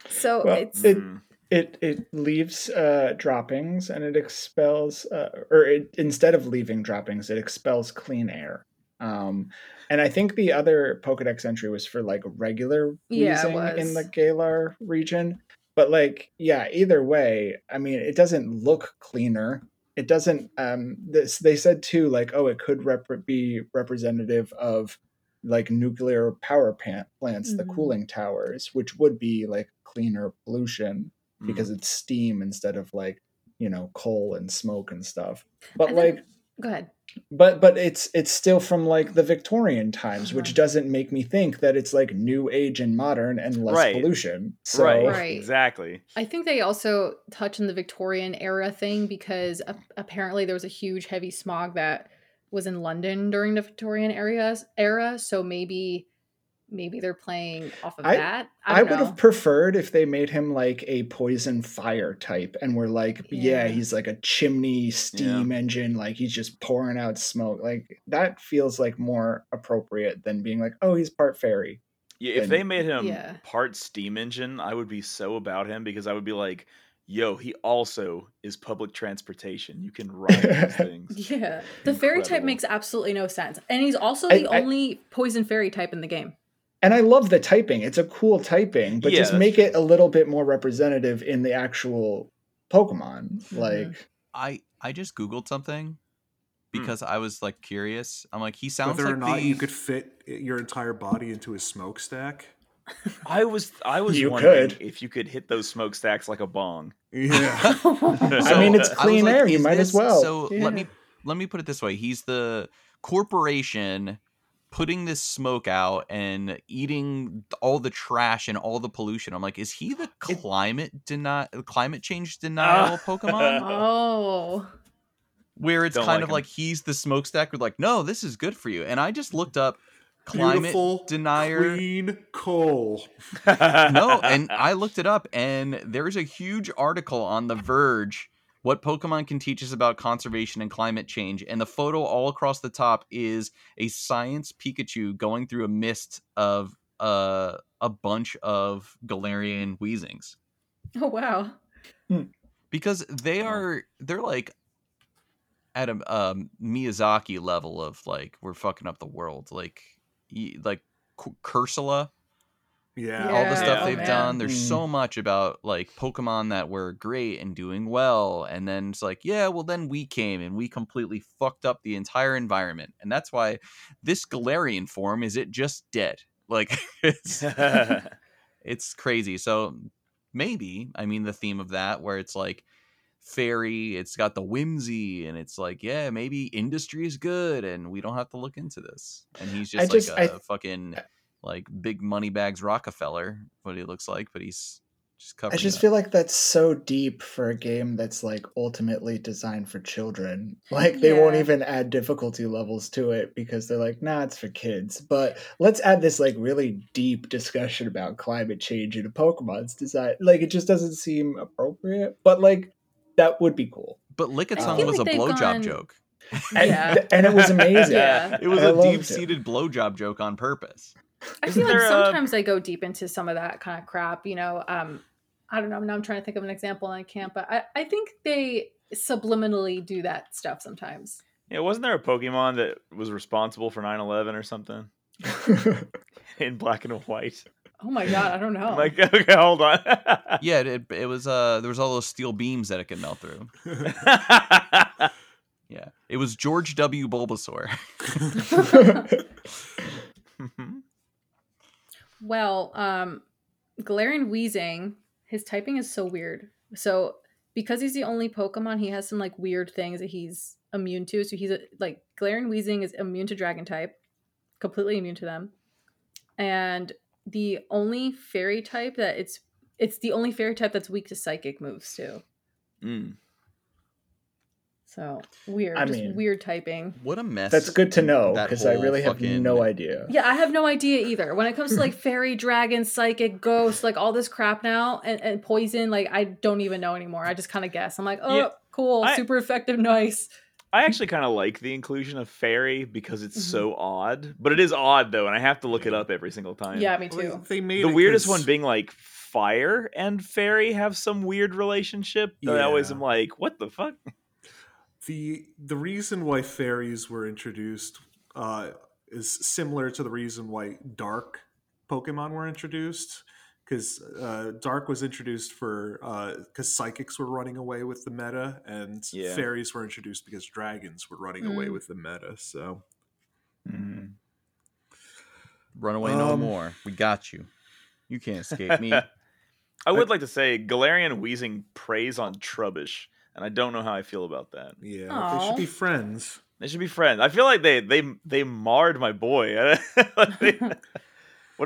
D: so
B: Well,
D: it's
B: it-
E: Mm.
B: It it leaves uh, droppings and it expels, uh, or it, instead of leaving droppings, it expels clean air. Um, and I think the other Pokedex entry was for like regular
D: Yeah, it
B: wheezing in
D: was.
B: the Galar region. But like, yeah, either way, I mean, it doesn't look cleaner. It doesn't. Um, this they said too, like, oh, it could rep- be representative of like nuclear power plant plants, the
E: Mm-hmm.
D: Mhm.
B: cooling towers, which would be like cleaner pollution
E: Mm.
B: because it's steam instead of like you know coal and smoke and stuff but
D: And then-
B: like
D: go ahead
B: but but it's it's still from like the victorian times which
D: Uh-huh.
B: doesn't make me think that it's like new age and modern and less
E: Right.
B: pollution so
E: right,
D: Right.
E: exactly.
D: I think they also touch on the Victorian era thing because a- apparently there was a huge heavy smog that was in London during the Victorian areas era. So maybe maybe they're playing off of
B: I-
D: that. I,
B: I
D: don't
B: would
D: know.
B: have preferred if they made him like a poison fire type and were like, yeah,
D: Yeah.
B: he's like a chimney steam engine, like he's just pouring out smoke. Like that feels like more appropriate than being like, oh, he's part fairy.
E: Yeah, if
B: then-
E: they made him
D: Yeah.
E: part steam engine, I would be so about him because I would be like, "Yo, he also is public transportation. You can ride
D: *laughs*
E: these things."
D: yeah, the fairy type
E: Incredible.
D: makes absolutely no sense, and he's also
B: I-
D: the
B: I-
D: only poison fairy type in the
B: *laughs*
D: game. *laughs*
B: And I love the typing. It's a cool typing, but
E: Yeah,
B: just
E: that's
B: make
E: true.
B: it a little bit more representative in the actual Pokemon.
D: Mhm.
B: Like
A: I I just googled something because I was like curious. I'm like he sounds
C: Hmm. Whether
A: like
C: or not
A: the
C: you could fit your entire body into a
A: *laughs*
C: smokestack.
E: I was, I was
B: You
E: wondering
B: could.
E: if you could hit those smokestacks like a bong.
C: Yeah.
B: I mean, it's
A: uh, was
B: clean
A: like,
B: air. You
A: is
B: might as
A: this-
B: well.
A: So let
D: Yeah.
A: me let me put it this way: he's the corporation putting this smoke out and eating all the trash and all the pollution. I'm like, is he the
B: Ah. *laughs*
A: climate deni- climate change denial Pokemon?
D: oh,
A: where it's
E: Don't
A: kind
E: like
A: of
E: him.
A: like he's the smokestack. With like, no, this is good for you. And I just looked up climate
C: Beautiful
A: denier.
C: Clean coal.
E: *laughs*
A: no, and *laughs* I looked it up, and there's a huge article on The Verge what Pokemon can teach us about conservation and climate change. And the photo all across the top is a science Pikachu going through a mist of uh, a bunch of Galarian Weezings
D: Oh wow.
A: because they
E: Oh.
A: are they're like at a um, Miyazaki level of like we're fucking up the world like y- like Cu- Cursula
C: Yeah.
A: all the
E: Yeah.
A: stuff
E: Oh,
A: they've
D: man.
A: done. There's
B: Mm.
A: so much about like Pokemon that were great and doing well, and then it's like, yeah, well, then we came and we completely fucked up the entire environment, and that's why this Galarian form is it just dead? Like *laughs* it's it's crazy. So maybe I mean the theme of that where it's like fairy, it's got the whimsy, and it's like, yeah, maybe industry is good, and we don't have to look into this. And he's
B: I
A: just like
B: just-
A: a
B: I-
A: fucking like big money bags Rockefeller, what he looks like, but he's just covered.
B: I just
A: in-
B: feel like that's so deep for a game that's like ultimately designed for children. Like they won't
D: Yeah.
B: even add difficulty levels to it because they're like, nah, it's for kids. But let's add this like really deep discussion about climate change into Pokemon's design. Like it just doesn't seem appropriate. But like that would be cool.
A: but Lickitson
B: I feel
A: was
D: like
A: a
D: they've
A: blowjob
D: gone-
A: joke. *laughs*
B: And,
D: Yeah.
B: and
D: *laughs*
B: it was amazing.
D: Yeah.
A: It was
B: I
A: a
B: loved it.
A: deep
D: *laughs*
A: seated blowjob joke on purpose.
D: I
E: Isn't
D: feel like
E: there a-
D: sometimes they go deep into some of that kind of crap, you know. Um, I don't know. Now I'm trying to think of an example and I can't, but I, I think they subliminally do that stuff sometimes.
E: yeah, wasn't there a Pokemon that was responsible for 9/11 or something in black and white?
D: Oh my god, I don't know.
E: I'm like, *laughs* okay, hold on.
A: *laughs*
E: *laughs*
A: Yeah, it, it, it was uh there was all those steel beams that it could melt through. Yeah. It was George W. Bulbasaur. *laughs*
D: well, um, Galarian Weezing, his typing is so weird. So because he's the only Pokemon, he has some like weird things that he's immune to. So he's a, like Galarian Weezing is immune to Dragon type, completely immune to them, and the only Fairy type that it's it's the only Fairy type that's weak to Psychic moves too.
E: Mm.
D: So weird,
B: I
D: just
B: mean-
D: weird typing.
A: What a mess.
B: *laughs* that's good to know
A: That
B: because I
A: whole
B: really have
A: fucking-
B: no idea.
D: Yeah, I have no idea either. When it comes to
E: *laughs*
D: like fairy, dragon, psychic, ghost, like all this crap now, and, and poison, like I don't even know anymore. I just kind of guess. I'm like, oh,
E: Yeah,
D: cool,
E: I-
D: super effective, nice.
E: I actually kind of like the inclusion of fairy because it's so odd, but it is odd though, and I have to look it up every single time.
D: Yeah, me
C: Well,
D: too.
C: they made
E: the
C: it
E: weirdest
C: 'cause-
E: one being like fire and fairy have some weird relationship that I always
C: Yeah.
E: am like, what the fuck?
C: the the reason why fairies were introduced uh, is similar to the reason why dark Pokemon were introduced. Because uh, Dark was introduced for because psychics were running away with the meta, and
E: Yeah.
C: fairies were introduced because dragons were running away
D: Mm.
C: with the meta. So
A: Run away no
C: Um,
A: more. We got you. You can't escape *laughs* me.
E: I would like to say Galarian wheezing preys on Trubbish, and I don't know how I feel about that.
C: yeah, they
D: Aw.
C: should be friends.
E: They should be friends. I feel like they they they marred my boy. *laughs* what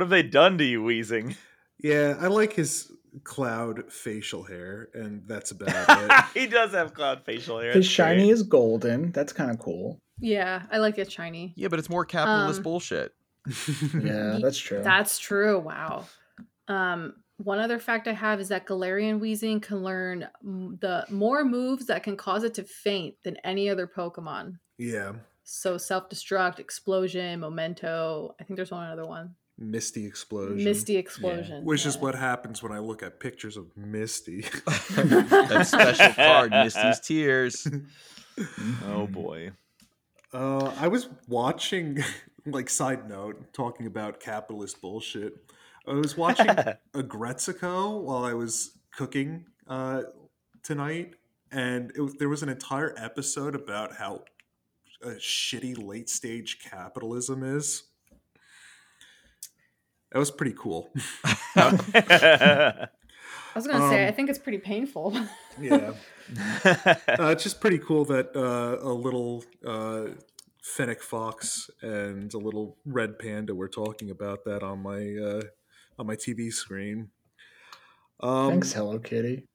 E: have they done to you, wheezing?
C: Yeah, I like his cloud facial hair, and that's about it.
E: *laughs* he does have cloud facial hair.
B: His
E: that's great.
B: shiny is golden. That's kind
A: *laughs*
B: of cool.
D: Yeah, I like it shiny.
A: yeah, but it's more capitalist
D: Um,
A: bullshit.
B: Yeah, *laughs*
D: Ye-
B: that's true.
D: That's true. Wow. Um, one other fact I have is that Galarian Weezing can learn m- the more moves that can cause it to faint than any other Pokemon.
C: *laughs* yeah,
D: So self destruct, explosion, memento. I think there's one other one.
C: misty explosion.
D: Misty explosion.
C: Which is
D: yeah.
C: what happens when I look at pictures of Misty. *laughs*
A: that special card, Misty's *laughs* Tears.
E: Oh boy.
C: Uh, I was watching, *laughs* like, side note, talking about capitalist bullshit. I was
E: *laughs*
C: watching Agretzico while I was cooking uh, tonight, and it was, there was an entire episode about how uh, shitty late stage capitalism is. That was pretty cool. *laughs*
E: *laughs*
D: I was gonna say, I
C: Um,
D: think it's pretty painful. *laughs*
C: Yeah. uh, it's just pretty cool that uh, a little uh, fennec fox and a little red panda were talking about that on my uh, on my TV screen. Um,
B: Thanks, Hello Kitty.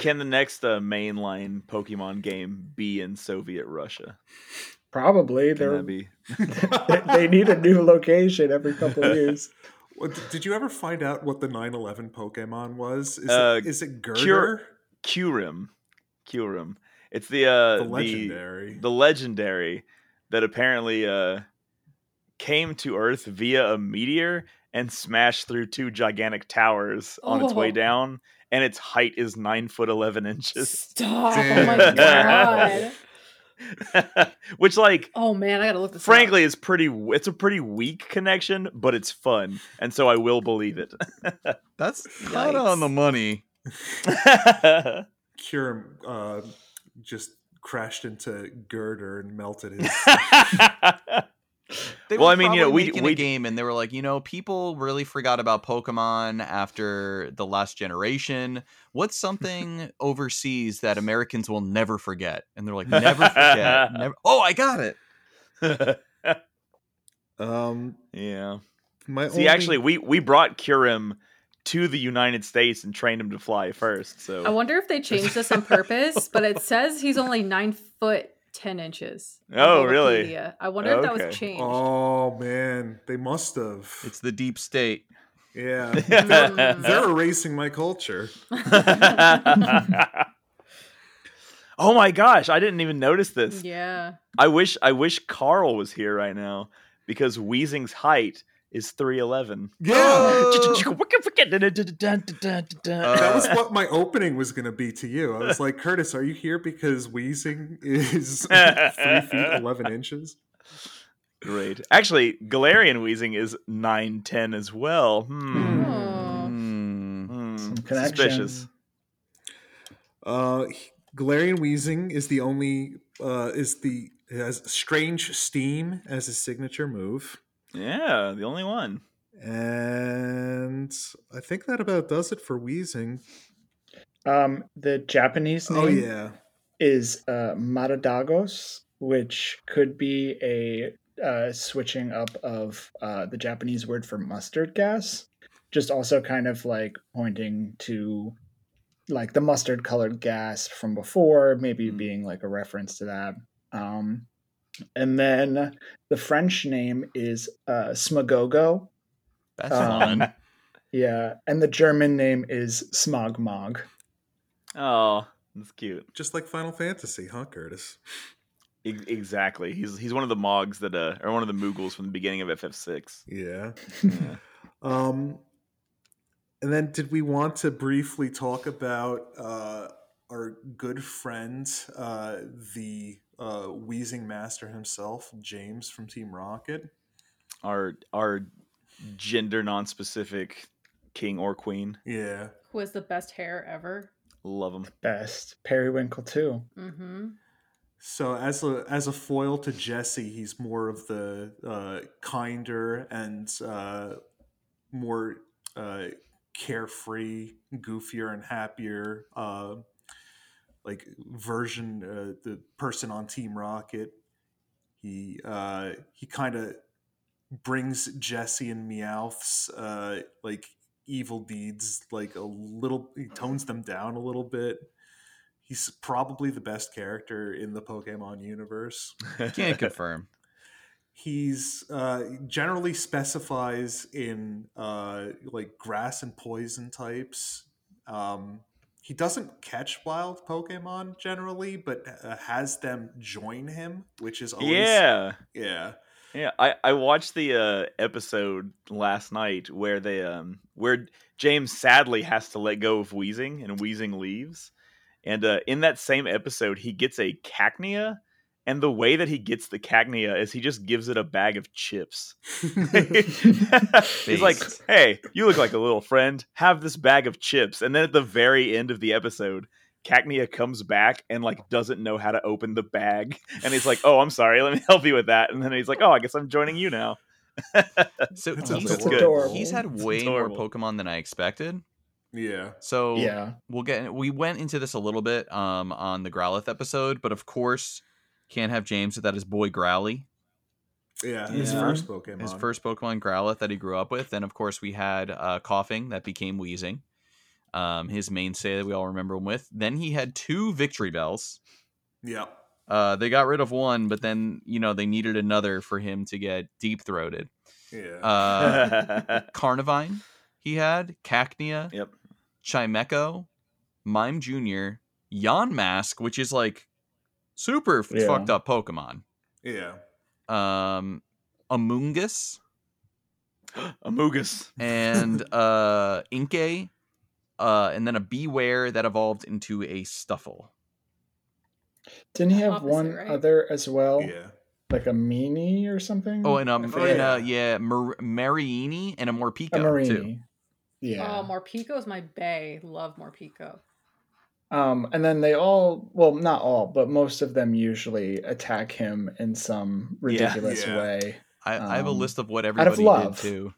E: Can the next uh, mainline Pokemon game be in Soviet Russia?
B: Probably
E: Can
B: they're
E: that be?
B: *laughs*
E: *laughs*
B: they need a new location every couple of years.
C: Well, d- Did you ever find out what the 9/11 Pokemon was? Is,
E: Uh,
C: it, is it Girder?
E: Cure- Kyurem. Kyurem. It's the uh
C: the
E: the-
C: legendary.
E: the, legendary that apparently uh came to Earth via a meteor and smashed through two gigantic towers on its way
D: Oh.
E: down, and its height is nine foot eleven inches. *laughs*
D: Stop! Oh my
C: Damn.
D: god!
E: Which like
D: Oh man, I gotta look this. up.
E: frankly is pretty it's a pretty weak connection, but it's fun. And so I will believe it. *laughs*
A: That's not on the
D: Yikes.
A: money.
C: Cure uh, just crashed into Girder and melted
E: *laughs*
C: his.
A: They were
E: Well, I mean, you know,
A: probably
E: we-
A: making
E: we-
A: a game, and they were like, you know, people really forgot about Pokemon after the last generation. What's *laughs* something overseas that Americans will never forget? And *laughs* they're like, never forget. never. Oh, I got it.
C: um,
E: yeah.
C: my
E: See,
C: only-
E: actually, we we brought Kurim to the United States and trained him to fly first. So
D: I wonder if they changed this on purpose, but it says he's only nine foot ten inches. on
E: Oh, really?
D: Wikipedia. I wonder if that
E: Okay.
D: was changed.
C: Oh man, they must have.
A: It's the deep *laughs* state.
C: yeah,
E: *laughs*
C: they're
D: Mm.
C: erasing my culture.
E: oh my gosh, I didn't even notice *laughs*
D: *laughs*
E: this.
D: yeah.
E: I wish I wish Carl was here right now because Weezing's height is 311.
A: *laughs* Yeah.
C: That was what my opening was going to be to you. I was like, Curtis, are you here because wheezing is three feet eleven inches?
E: Great. Actually, Galarian Weezing is 910 as well. Hmm.
D: Oh.
A: Hmm.
E: Hmm.
B: Some connection.
E: Suspicious.
C: Uh, he- Galarian wheezing is the only uh, is the has strange steam as his signature move,
E: Yeah, the only one.
C: and I think that about does it for wheezing.
B: Um, the Japanese name
C: Oh yeah,
B: is uh, Maradagos, which could be a uh, switching up of uh, the Japanese word for mustard gas. Just also kind of like pointing to like the mustard colored gas from before, maybe
E: Hmm.
B: being like a reference to that. Um, and then the French name is uh, Smagogo.
A: That's
B: Um, *laughs*
A: fun.
B: Yeah. And the German name is Smogmog.
E: Oh, that's cute.
C: just like Final Fantasy, huh, Curtis?
E: E- exactly. He's he's one of the Mogs that uh, or one of the Moogles from the beginning of FF6.
C: Yeah.
E: Yeah.
C: Um, and then did we want to briefly talk about uh, our good friend, uh, the uh, wheezing master himself, James from Team Rocket?
E: our our gender non-specific king or queen.
C: Yeah.
D: Who has the best hair ever?
E: Love him.
B: *laughs* Best. Periwinkle, too.
D: Mm-hmm.
C: So as a as a foil to Jesse, he's more of the uh, kinder and uh, more uh, carefree, goofier, and happier uh, like version uh, the person on Team Rocket. He uh, he kind of brings Jesse and Meowth's uh, like evil deeds like a little. He tones them down a little bit. He's probably the best character in the Pokemon universe
E: *laughs*
A: Can't confirm.
C: he's uh, generally specifies in uh, like grass and poison types. Um, he doesn't catch wild Pokemon generally, but uh, has them join him, which is always
E: yeah.
C: yeah.
E: Yeah, I, I watched the uh, episode last night where they um where James sadly has to let go of Wheezing and Wheezing leaves, and uh, in that same episode he gets a cacnea, and the way that he gets the cacnea is he just gives it a bag of chips. He's like,
A: Based.
E: "Hey, you look like a little friend. Have this bag of chips." And then at the very end of the episode, Cacnea comes back and like doesn't know how to open the bag, and he's like, "Oh, I'm sorry. Let me *laughs* help you with that." And then he's like, "Oh, I guess I'm joining you now."
A: So
C: That
A: he's,
C: sounds
B: It's
E: good.
B: adorable.
A: he's had
E: It's
A: way more
E: adorable.
A: Pokemon than I expected.
C: Yeah.
A: So
B: Yeah.
A: we'll get we went into this a little bit um on the Growlithe episode, but of course can't have James without his boy Growly,
C: Yeah. His
E: Yeah.
C: first Pokemon.
A: his first Pokemon Growlithe that he grew up with. Then of course we had uh coughing that became wheezing. um, his mainstay that we all remember him with. Then he had two victory bells.
C: Yeah.
A: Uh, they got rid of one, but then you know they needed another for him to get deep throated.
C: Yeah.
B: *laughs*
A: Uh, Carnivine, he had Cacnea,
E: yep.
A: Chimeco, Mime Junior, Yon Mask, which is like super f-
B: Yeah.
A: fucked up Pokemon.
C: yeah.
A: Um,
B: *laughs*
A: Amoongus
E: *laughs* Amogus.
A: and uh, Inkay, uh, and then a Beware that evolved into a Stuffle.
B: Didn't he have
D: Opposite,
B: one
D: right?
B: other as well?
C: Yeah.
B: like a meanie or something?
A: Oh, and um,
B: I
A: and
B: forget.
C: yeah.
A: uh, yeah, Mar- Marini and a Morpico
B: a
A: too.
B: marini. Yeah.
D: Oh, Morpico is my bay. Love Morpico.
B: Um, and then they all, well, not all, but most of them usually attack him in some ridiculous
C: Yeah.
B: way.
A: I, I have a
B: Um,
A: list of what
B: of
A: everybody did
B: love.
A: too.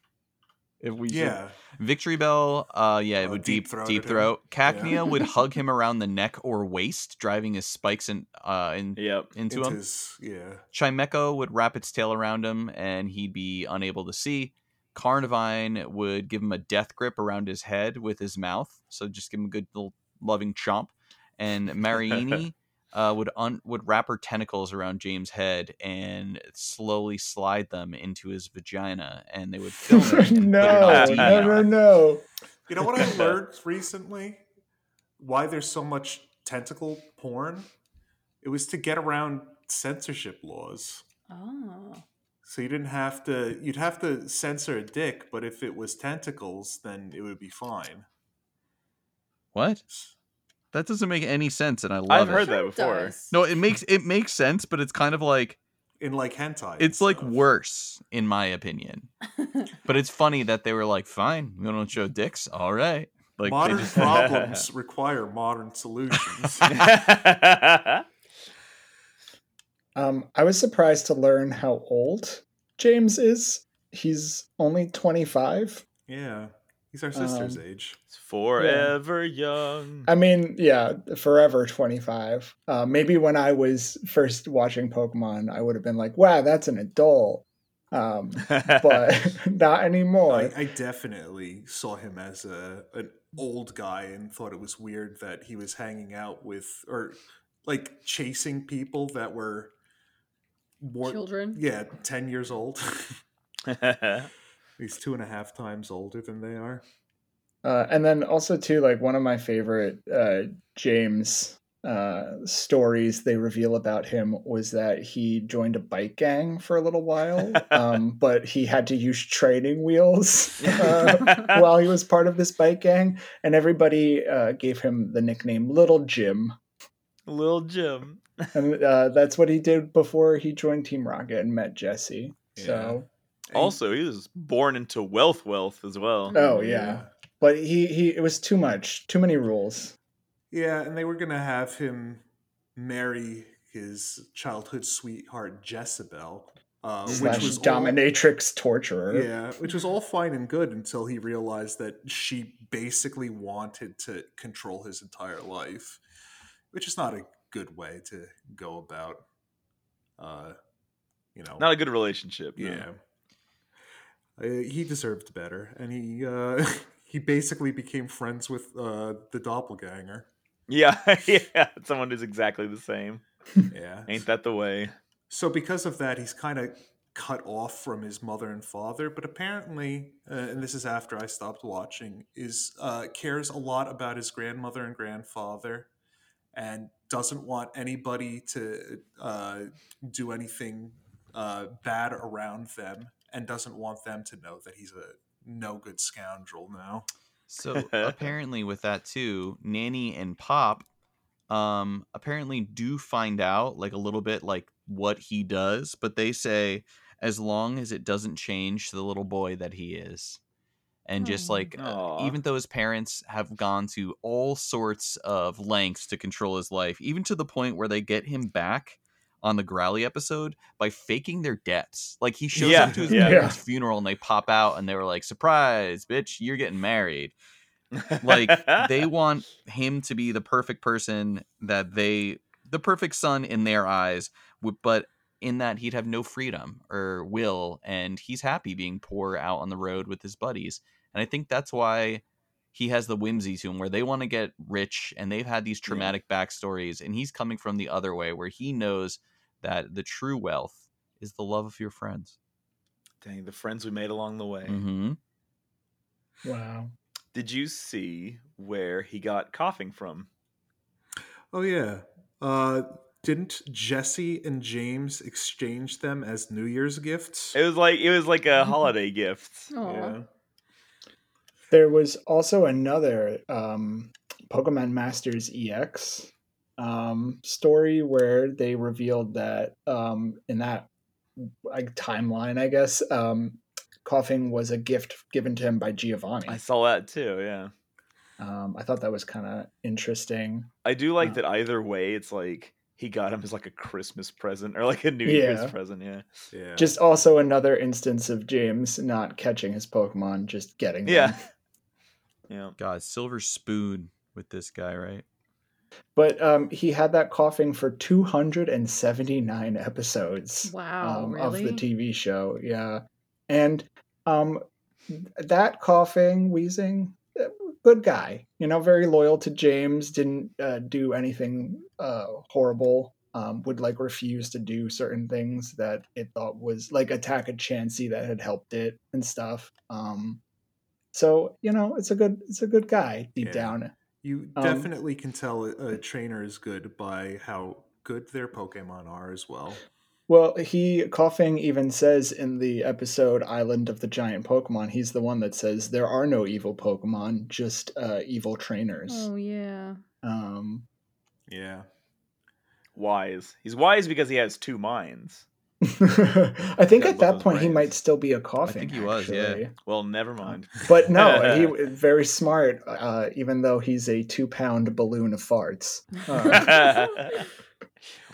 A: If we should-
C: Yeah.
A: Victory Bell, uh, yeah, it
C: Oh,
A: would deep
C: deep-throated
A: deep
C: him.
A: throat.
C: Yeah.
A: Cacnea would hug him around the neck or waist, driving his spikes in, uh, in,
E: Yep.
A: into
C: It's
A: him.
C: his- yeah.
A: Chimeco would wrap its tail around him, and he'd be unable to see. Carnivine would give him a death grip around his head with his mouth, so just give him a good little loving chomp. And Marini uh, would un- would wrap her tentacles around James' head and slowly slide them into his vagina, and they would film
B: no,
A: it.
B: *laughs*
A: and put it on
B: no,
A: DNR.
B: no, no.
C: You know what I learned recently? Why there's so much tentacle porn? It was to get around censorship laws.
D: Oh.
C: So you didn't have to. You'd have to censor a dick, but if it was tentacles, then it would be fine.
A: What? That doesn't make any sense, and I love
E: I've
A: it.
E: heard that
D: Sure
E: before.
D: does. *laughs*
A: No, it makes it makes sense, but it's kind of like
C: In like hentai. and
A: it's like
C: stuff.
A: worse in my opinion. But it's funny that they were like, "Fine, we don't show dicks. All right." Like
C: modern
A: they just
C: problems require modern solutions.
A: *laughs*
B: Um, I was surprised to learn how old James is. He's only 25.
C: yeah, he's our sister's
B: Um,
C: age.
E: It's forever young. *laughs*
B: I mean, yeah, forever 25. Uh, maybe when I was first watching Pokemon, I would have been like, wow, that's an adult. Um, but *laughs* not anymore.
C: I, I definitely saw him as a an old guy and thought it was weird that he was hanging out with or like chasing people that were more
D: Children.
C: yeah ten years old. *laughs* he's two and a half times older than they are.
B: Uh, and then also too, like one of my favorite uh, James uh, stories they reveal about him was that he joined a bike gang for a little while, um, but he had to use training
E: *laughs*
B: wheels uh, while he was part of this bike gang, and everybody uh, gave him the nickname Little Jim,
E: Little Jim.
B: and uh, that's what he did before he joined Team Rocket and met Jesse. So,
C: And-
E: Also, he was born into wealth, wealth as well.
B: oh yeah, but he he it was too much, too many rules.
C: yeah, and they were gonna have him marry his childhood sweetheart Jezebel, uh, which
B: slash
C: was all-
B: dominatrix torturer.
C: Yeah, which was all fine and good until he realized that she basically wanted to control his entire life, which is not a good way to go about. Uh, you know,
E: Not a good relationship. no.
C: yeah. Uh, he deserved better, and he uh, *laughs* he basically became friends with uh, the doppelganger.
E: *laughs* *laughs* Yeah. Yeah. Someone who's exactly the same.
C: Yeah,
E: Ain't that the way?
C: So because of that, he's kind of cut off from his mother and father. But apparently, uh, and this is after I stopped watching, is uh, cares a lot about his grandmother and grandfather, and doesn't want anybody to uh, do anything uh, bad around them, and doesn't want them to know that he's a no good scoundrel now.
A: *laughs* So apparently, with that too, Nanny and Pop, um, apparently do find out like a little bit like what he does, but they say as long as it doesn't change the little boy that he is, and just
D: Oh.
A: like uh,
E: Aw.
A: even though his parents have gone to all sorts of lengths to control his life, even to the point where they get him back on the Growly episode by faking their debts. Like he shows
E: Yeah,
A: up to his
E: yeah.
A: parents' funeral and they pop out and they were like, "Surprise, bitch, you're getting married."
E: *laughs*
A: like they want him to be the perfect person that they the perfect son in their eyes w- but in that he'd have no freedom or will and he's happy being poor out on the road with his buddies and i think that's why he has the whimsy to him where they want to get rich and they've had these traumatic backstories and he's coming from the other way where he knows that the true wealth is the love of your friends.
E: Dang, the friends we made along the way.
A: Mm-hmm.
B: Wow.
E: Did you see where he got coughing from?
C: Oh yeah. Uh, didn't Jesse and James exchange them as New Year's gifts?
E: It was like it was
A: *laughs*
E: like a holiday gift.
D: Aw.
E: Yeah.
B: There was also another um, Pokemon Masters EX um, story where they revealed that um, in that like timeline, I guess, um, coughing was a gift given to him by Giovanni.
E: I saw that too. Yeah,
B: Um, I thought that was kind of interesting.
E: I do like
B: Uh.
E: that. Either way, it's like he got him as like a Christmas present or like a New
B: Yeah.
E: Year's present. Yeah,
C: Yeah.
B: Just also another instance of James not catching his Pokemon, just getting them.
E: yeah, yeah.
A: God, silver spoon with this guy, right?
B: But um, he had that coughing for 279 episodes.
D: Wow,
B: um,
D: Oh, really?
B: of the TV show. Yeah, and um, that coughing, wheezing, uh, good guy. You know, very loyal to James. Didn't uh, do anything uh, horrible. Um, would like refuse to do certain things that it thought was like attack a Chansey that had helped it and stuff. Um, so you know, it's a good it's a good guy deep
C: Yeah.
B: down.
C: You
B: Um,
C: definitely can tell a, a trainer is good by how good their Pokemon are as well.
B: Well, he coughing even says in the episode "Island of the Giant Pokemon," he's the one that says there are no evil Pokemon, just uh, evil trainers.
D: Oh yeah.
B: Um, *laughs*
C: Yeah.
E: Wise. He's wise because he has two minds.
B: I think
E: Yeah,
B: at that
E: both those
B: point he
E: brains.
B: might still be a coughing.
A: think he was, yeah.
B: actually.
E: Well, never
B: Uh-huh. *laughs*
E: mind.
B: But no,
E: *laughs*
B: he very smart. Uh, even though he's a two-pound balloon of farts. Uh,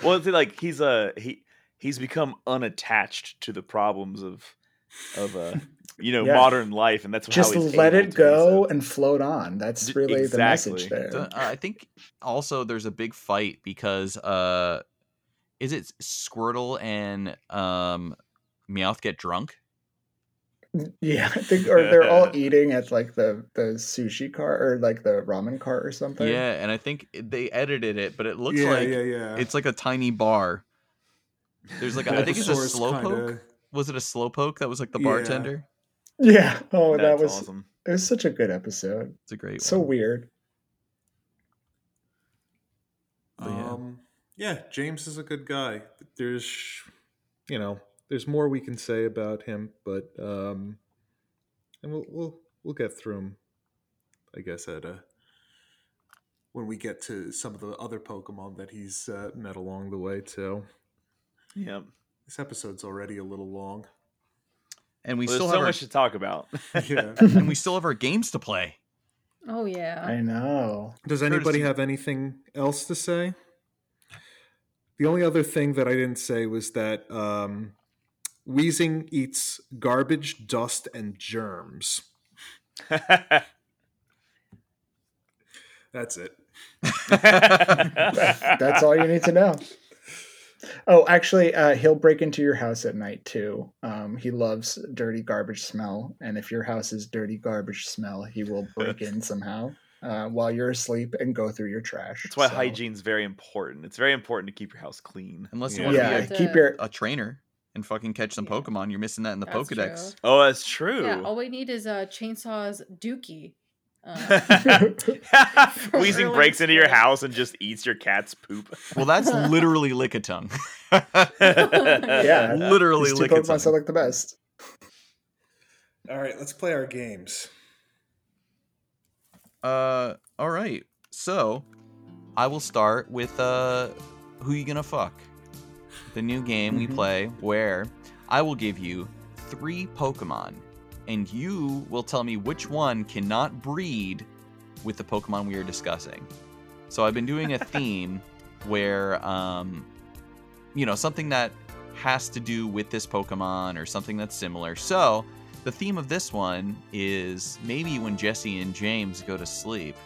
E: well, it's like he's uh, he he's become unattached to the problems of of uh you know
B: Yeah.
E: modern life, and that's how
B: just
E: he's
B: let
E: able
B: it
E: to be
B: go
E: so-
B: and float on. That's
E: D-
B: really the message
E: exactly.
B: there.
A: Uh, I think also there's a big fight because uh, is it Squirtle and um, Meowth get drunk?
B: *laughs* Yeah, I think, or they're
E: *laughs*
B: all eating at like the the sushi cart or like the ramen cart or something.
A: Yeah, and I think they edited it, but it looks
C: yeah,
A: like
C: yeah, yeah.
A: it's like a tiny bar. There's like a, I think it's a
C: Bulbasaur's
A: slowpoke.
C: kinda-
A: Was it a slowpoke that was like the
C: Yeah.
A: bartender?
B: yeah. Oh, that
E: That's
B: was
E: awesome.
B: it was such a good episode.
A: It's a great
B: So
A: one.
B: weird.
A: But yeah.
C: Um, yeah. James is a good guy. There's, you know, there's more we can say about him, but um, and we'll we'll we'll get through him, I guess, at uh when we get to some of the other Pokemon that he's uh, met along the way too.
E: Yep.
C: This episode's already a little long. *laughs*
A: And we
E: Well,
A: still
E: there's
A: have
E: so
A: our,
E: much to talk about. *laughs*
C: Yeah.
A: and we still have our games to play.
D: *laughs* Oh yeah.
B: I
E: *laughs*
B: know.
C: Does
A: Curtis,
C: anybody
A: did-
C: have anything else to say? The only other thing that I didn't say was that um, wheezing eats garbage, dust, and germs. That's it.
B: That's all you need to know. Oh, actually, uh, he'll break into your house at night too. Um, he loves dirty garbage smell, and if your house is dirty garbage smell, he will break
E: *laughs*
B: in somehow uh, while you're asleep and go through your trash.
E: That's why
B: So-
E: hygiene's very important. It's very important to keep your house clean.
A: Unless you
C: Yeah.
A: want to
B: Yeah,
A: be
D: to-
B: keep
E: *laughs*
B: your
E: Uh,
B: *laughs*
A: a, a trainer and fucking catch some
D: Yeah.
A: Pokemon, you're missing that in the
D: That's
A: Pokedex.
D: true.
E: Oh, that's true.
D: Yeah,
E: *laughs*
D: all we need is uh chainsaws dookie.
A: *laughs*
D: Uh,
E: Wheezing
D: Really
E: breaks into your
D: scary.
E: house and just eats your cat's poop.
A: Well,
E: *laughs*
A: that's literally Lickitung.
E: *laughs* yeah.
A: literally
B: These two Pokemon sound
A: Lickitung.
B: like the best.
C: All right, let's play our games.
A: Uh, all right. So, I will start with uh, who you gonna fuck? The new game we
B: Mhm.
A: play, where I will give you three Pokemon, and you will tell me which one cannot breed with the Pokemon we are discussing. So I've been doing a theme where, um, you know, something that has to do with this Pokemon or something that's similar. So the theme of this one is maybe when Jesse and James go to sleep,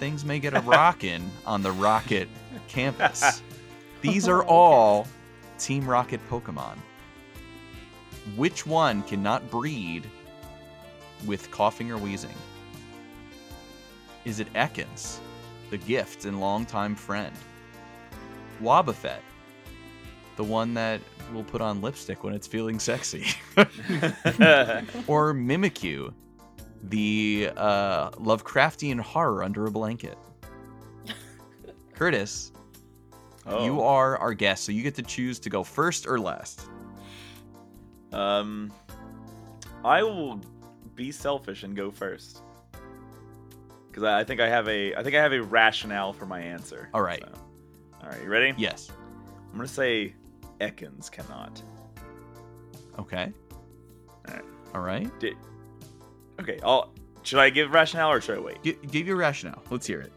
A: things may get a rockin' on the Rocket campus. These are
D: Okay.
A: all Team Rocket Pokemon. Which one cannot breed with coughing or wheezing? Is it Ekans, the gift and longtime friend? Wobbuffet, the one that will put on lipstick when it's feeling sexy? *laughs* or Mimikyu, the uh, Lovecraftian horror under a blanket? Curtis, you
E: *laughs* Oh,
A: are our guest, so you get to choose to go first or last.
E: um, I will be selfish and go first because I I think I have a I think I have a rationale for my answer.
A: All right.
E: So- All right, you ready?
A: Yes.
E: I'm gonna say Ekans cannot.
A: Okay.
E: All right.
A: All right.
E: Did okay? I'll should I give rationale or should I wait?
A: G- give your rationale. Let's hear it.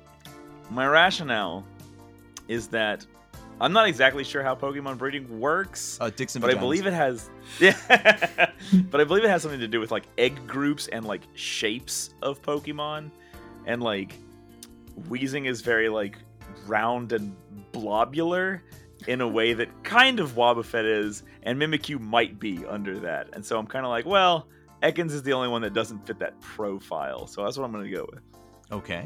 E: My rationale is that I'm not exactly sure how Pokemon breeding works.
A: Uh, Dixon,
E: but I believe it has *laughs* yeah, but I believe it has something to do with like egg groups and like shapes of Pokemon, and like Weezing is very like round and blobular in a way that kind of Wobbuffet is, and Mimikyu might be under that, and so I'm kind of like, well, Ekans is the only one that doesn't fit that profile, so that's what I'm gonna go with.
A: Okay.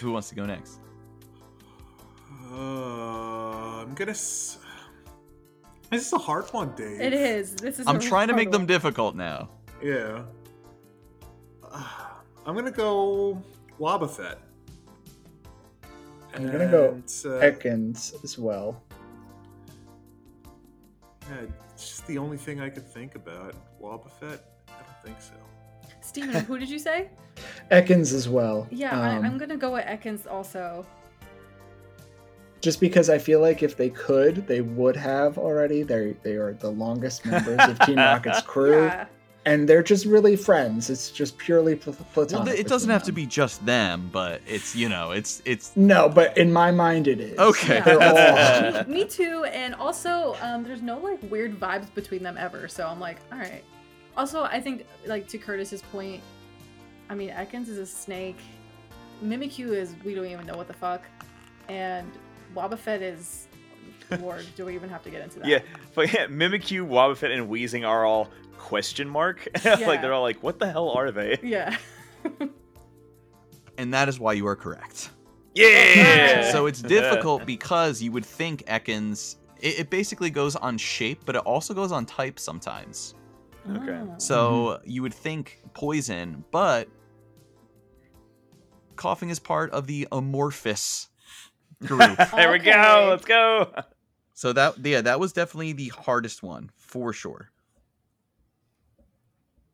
A: Who wants to go next?
C: Uh, I'm gonna. S- this is a hard one, Dave.
D: It is. This is.
A: I'm
D: a
A: trying to make them
D: hard
A: difficult now.
C: Yeah. Uh, I'm gonna go Wobbuffet.
B: I'm gonna go
C: And, uh,
B: Ekans as well.
C: yeah, it's just the only thing I could think about. Wobbuffet? I don't think so.
D: one. Steven, who did you say?
B: Ekans as well.
D: Yeah, I,
B: Um,
D: I'm gonna go with Ekans also.
B: just because I feel like if they could, they would have already. They they are the longest members of Team Rocket's crew,
D: Yeah.
B: and they're just really friends. It's just purely pl- platonic.
A: Well, th- it
B: between
A: doesn't have to
B: them.
A: be just them, but it's you know, it's it's
B: No, but in my mind, it is.
A: Okay. *laughs*
B: They're all- *laughs*
D: Yeah. Me too. And also, um, there's no like weird vibes between them ever. So I'm like, all right. Also, I think like to Curtis's point, I mean, Ekans is a snake. Mimikyu is we don't even know what the fuck, and Wobbuffet is
A: *laughs*
D: Lord. do we even have to get into that?
E: Yeah, but yeah, Mimikyu, Wobbuffet, and Weezing are all question mark. *laughs*
D: Yeah.
E: like they're all like, what the hell
A: *laughs*
E: are they?
D: Yeah.
A: and that is why you are correct.
E: Yeah.
A: So
E: *laughs*
A: it's difficult because you would think Ekans it, it basically goes on shape, but it also goes on type sometimes.
E: Okay.
D: Oh.
A: So you would think poison, but coughing is part of the amorphous group.
E: There we go.
D: Okay.
E: Let's go.
A: so that yeah, that was definitely the hardest one for sure.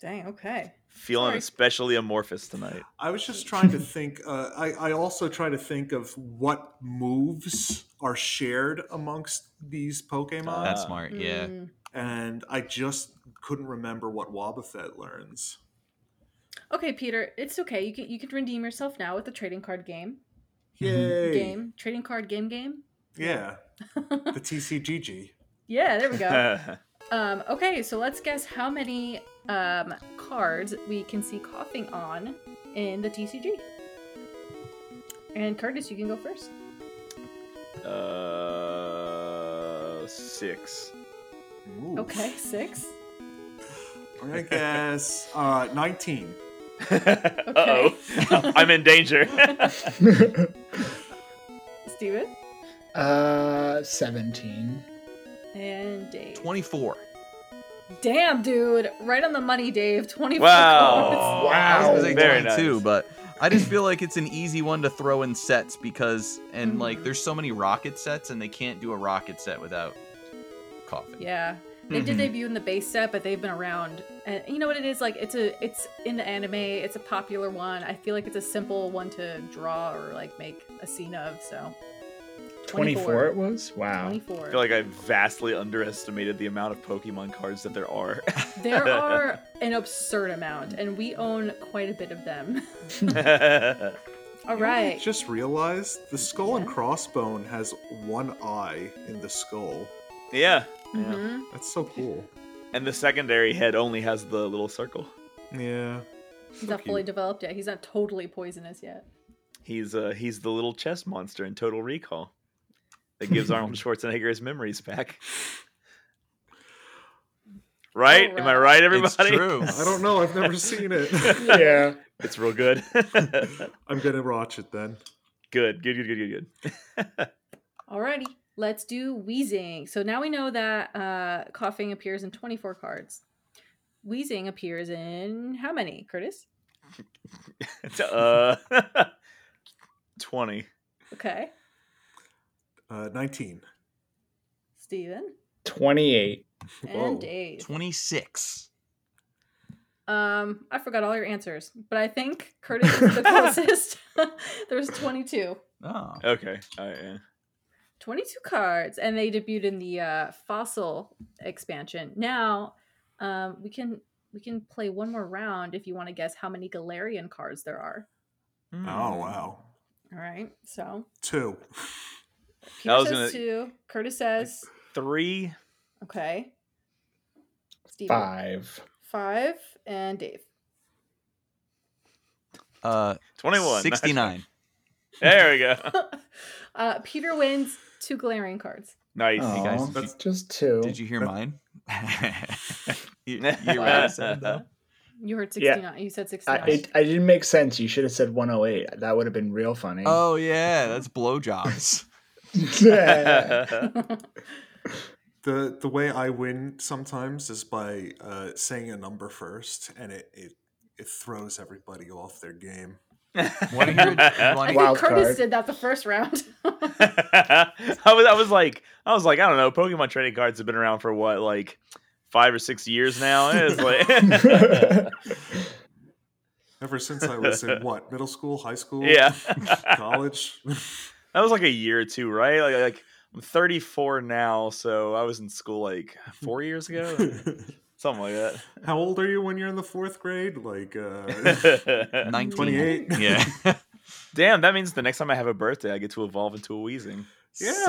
D: Dang. Okay.
E: Feeling
D: Sorry.
E: especially amorphous tonight.
C: I was just trying to think. Uh, I, I also try to think of what moves are shared amongst these Pokemon,
E: Uh,
A: That's smart. Yeah.
D: Mm.
C: and I just couldn't remember what Wobbuffet learns.
D: Okay, Peter. It's okay. You can you can redeem yourself now with the trading card game.
C: Yay!
D: Game. Trading card game. Game. *laughs*
C: Yeah, the TCGG.
D: Yeah. There we
E: *laughs*
D: go.
E: Yeah.
D: Um, okay, so let's guess how many um, cards we can see coughing on in the TCG. And Curtis, you can go first.
E: *laughs* uh, six.
C: Ooh.
D: Okay, six.
C: I'm gonna guess uh, 19.
E: *laughs* Uh *laughs* oh. I'm
A: *laughs*
E: in danger.
D: Steven
B: uh, seventeen.
D: and Dave.
A: 24.
D: Damn, dude. Right on the money, Dave. 24
E: Wow.
D: cards.
A: I was
B: Wow.
A: gonna say
E: Very
A: 22,
E: nice.
A: but I just feel like it's an easy one to throw in sets because, and like,
D: Mhm.
A: there's so many rocket sets, and they can't do a rocket set without coughing.
D: Yeah. They
E: Mm-hmm.
D: did
A: Mhm.
D: debut in the base set, but they've been around. And you know what it is? Like it's a it's in the anime, it's a popular one. I feel like it's a simple one to draw or like make a scene of, so
B: Twenty-four. It was. Wow.
D: 24.
E: I feel like I vastly underestimated the amount of Pokemon cards that
A: *laughs*
E: there are. *laughs*
D: There are an absurd amount, and we own quite a bit of them. *laughs* All
C: You know what I
D: right.
C: just realized the skull and
D: Yeah.
C: crossbone has one eye in the skull.
E: yeah.
A: Mm-hmm.
E: Yeah.
D: Mhm.
C: That's so cool.
E: And the secondary head only has the little circle.
C: Yeah.
D: He's not fully developed yet. He's not totally poisonous yet.
E: He's uh he's the little chess monster in Total Recall
A: *laughs*
E: that gives Arnold Schwarzenegger his memories back. Right? Am I right, everybody?
A: It's true.
C: I don't know. I've never seen it.
B: yeah.
E: *laughs* It's real good. *laughs*
C: I'm gonna watch it then.
E: good, good, good, good, good, *laughs* good.
D: Alrighty, let's do wheezing. So now we know that uh, coughing appears in 24 cards. Wheezing appears in how many, Curtis?
E: It's, uh, *laughs* 20.
D: Okay.
C: Uh, Nineteen.
E: *laughs*
D: Steven
F: 28.
C: Whoa.
D: and Dave.
A: 26.
D: Um, I forgot all your answers, but I think Curtis is
E: *laughs*
D: the closest. *laughs* There's 22.
A: Oh.
E: Okay. All right, yeah.
D: 22 cards and they debuted in the uh, fossil expansion now um, we can we can play one more round if you want to guess how many galarian cards there are
C: Oh wow.
D: all right so
C: Two.
E: I
D: peter
E: was
D: says
E: gonna-
D: two curtis says
E: Three.
D: okay Steve,
F: Five.
D: five and dave *laughs*
A: Uh,
E: *laughs* 21.
A: 69.
E: There we go.
D: uh, peter wins two galarian cards
E: Nice.
A: Aw.
B: Aw,
A: guys, did you-
B: just two.
A: Did you hear mine? you, you
E: *laughs*
A: already said that.
D: you heard
F: Yeah.
D: 69 you said
F: I,
D: 69
F: it, I didn't make sense. You should have said 108. That would have been real funny.
A: *laughs* Oh *laughs* yeah, that's
E: *laughs*
A: blowjobs.
B: *laughs* Yeah.
C: The the way I win sometimes is by uh, saying a number first, and it it, it throws everybody off their game.
A: Want to hear? it?
E: *laughs*
A: You
D: I
A: *laughs* wanna-
D: think
F: Wild
D: curtis
F: card. Um,
D: did that the first round *laughs*
E: I was I was like I was like I don't know Pokemon trading cards have been around for what like five or six years now.
B: *laughs*
E: It's like *laughs*
C: Ever since I was in what middle school, high school,
E: yeah, *laughs*
C: *laughs* college.
E: that was like a year or two, right? Like like I'm 34 now, so I was in school like four years ago,
C: *laughs*
E: something like
C: How old are you when you're in the fourth grade? Like uh,
E: that. *laughs*
A: 19.
C: 28.
A: *laughs* Yeah.
E: Damn, that means the next time I have a birthday, I get to evolve into a wheezing.
C: Yeah.
A: Sick.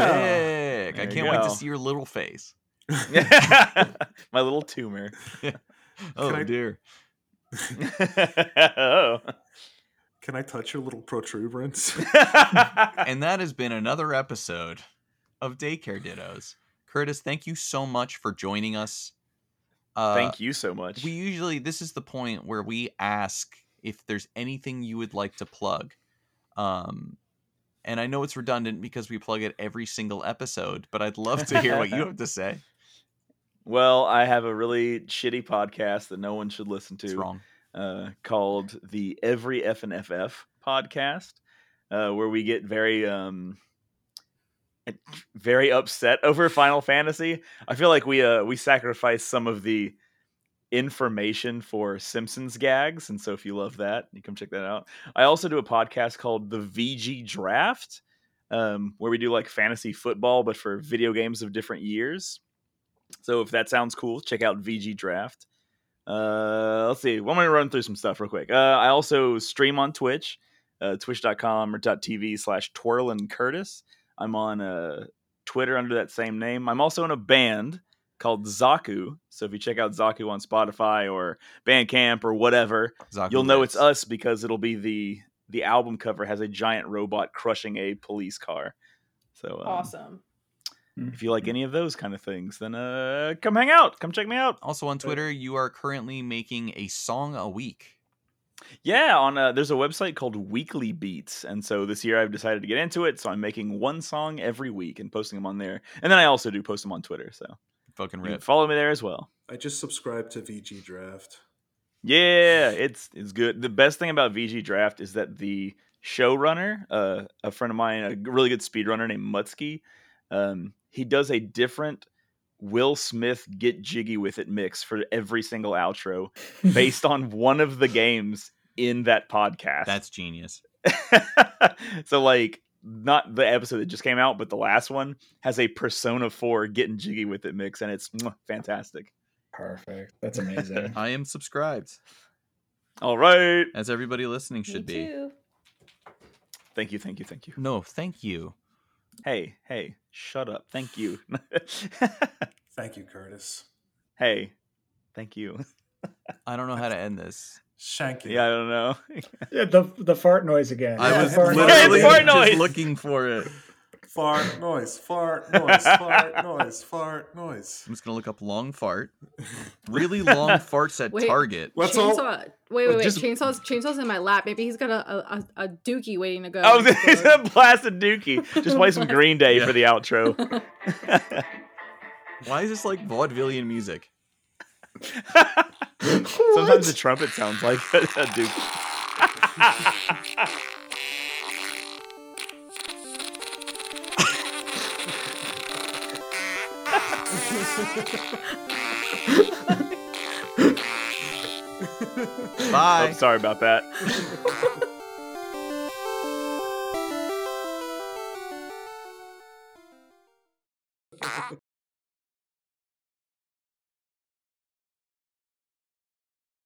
E: There
A: I
E: you
A: can't wait to
E: go.
A: see your little face.
E: *laughs* My little tumor. *laughs*
A: Oh
C: I-
A: dear.
E: oh.
C: *laughs* Can I touch your little protuberance?
A: And that has been another episode of Daycare Dittos. Curtis, thank you so much for joining us. Uh,
E: Thank you so much.
A: We usually this is the point where we ask if there's anything you would like to plug. Um and I know it's redundant because we plug it every single episode, but I'd love to hear what you
E: *laughs*
A: have to say.
E: Well, I have a really shitty podcast that no one should listen to.
A: It's wrong.
E: uh, called the Every F and FF podcast, uh, where we get very um, very upset over Final Fantasy. I feel like we uh, we sacrifice some of the information for Simpsons gags, and so if you love that, you come check that out. I also do a podcast called the VG Draft, um, where we do like fantasy football, but for video games of different years. So if that sounds cool, check out VG Draft. Uh, let's see. Well, I'm going to run through some stuff real quick. Uh, I also stream on Twitch, uh, twitch.com or .tv slash twirl and Curtis. I'm on uh, Twitter under that same name. I'm also in a band called Zaku. So if you check out Zaku on Spotify or Bandcamp or whatever,
A: Zaku
E: you'll know
A: lives.
E: it's us because it'll be the the album cover has a giant robot crushing a police car. So um,
D: awesome
E: If you like any of those kind of things, then uh, come hang out. Come check me out.
A: Also on Twitter, you are currently making a song a week.
E: Yeah, on uh there's a website called Weekly Beats, and so this year I've decided to get into it. So I'm making one song every week and posting them on there, and then I also do post them on Twitter. So
A: Fucking
E: you can
A: rip.
E: follow me there as well.
C: *laughs* I just subscribed to VG Draft.
E: Yeah, it's it's good. The best thing about VG Draft is that the showrunner, uh, a friend of mine, a really good speedrunner named Mutsky, um, he does a different Will Smith "Get Jiggy with It" mix for every single outro based on one of the games in that podcast.
A: That's genius.
E: *laughs* so like not the episode that just came out, but the last one has a Persona 4 getting jiggy with it mix, and it's mwah, fantastic.
F: Perfect. That's
A: *laughs*
F: amazing.
A: I am subscribed,
E: All right.
A: as everybody listening should
D: Me
A: be.
D: too.
E: Thank you, thank you, thank you.
A: No, thank you.
E: Hey, hey, shut up. Thank you. *laughs*
C: Thank you, Curtis.
E: hey, thank you.
A: I don't know how to end this.
C: Shank you.
E: Yeah, I don't know.
F: yeah, the the fart noise again.
A: I
C: Yeah,
A: was
C: fart
A: literally
E: noise. Fart
A: just
E: noise.
A: looking for it.
C: fart noise, fart noise, fart noise, fart noise.
A: I'm just gonna look up long fart. Really long farts at
D: Wait.
A: Target.
C: Let's
D: chainsaw.
C: all.
D: Wait, wait, wait.
E: Just-
D: Chainsaws, chainsaws in my lap. Maybe he's got a a, a, a dookie waiting to go.
E: *laughs* I was gonna blast a dookie. Just play some Green Day
A: Yeah.
E: for the outro.
A: Why is this like vaudevillian music?
E: Sometimes the trumpet sounds like *laughs* a, a dookie.
A: Bye.
E: Oh, sorry about that.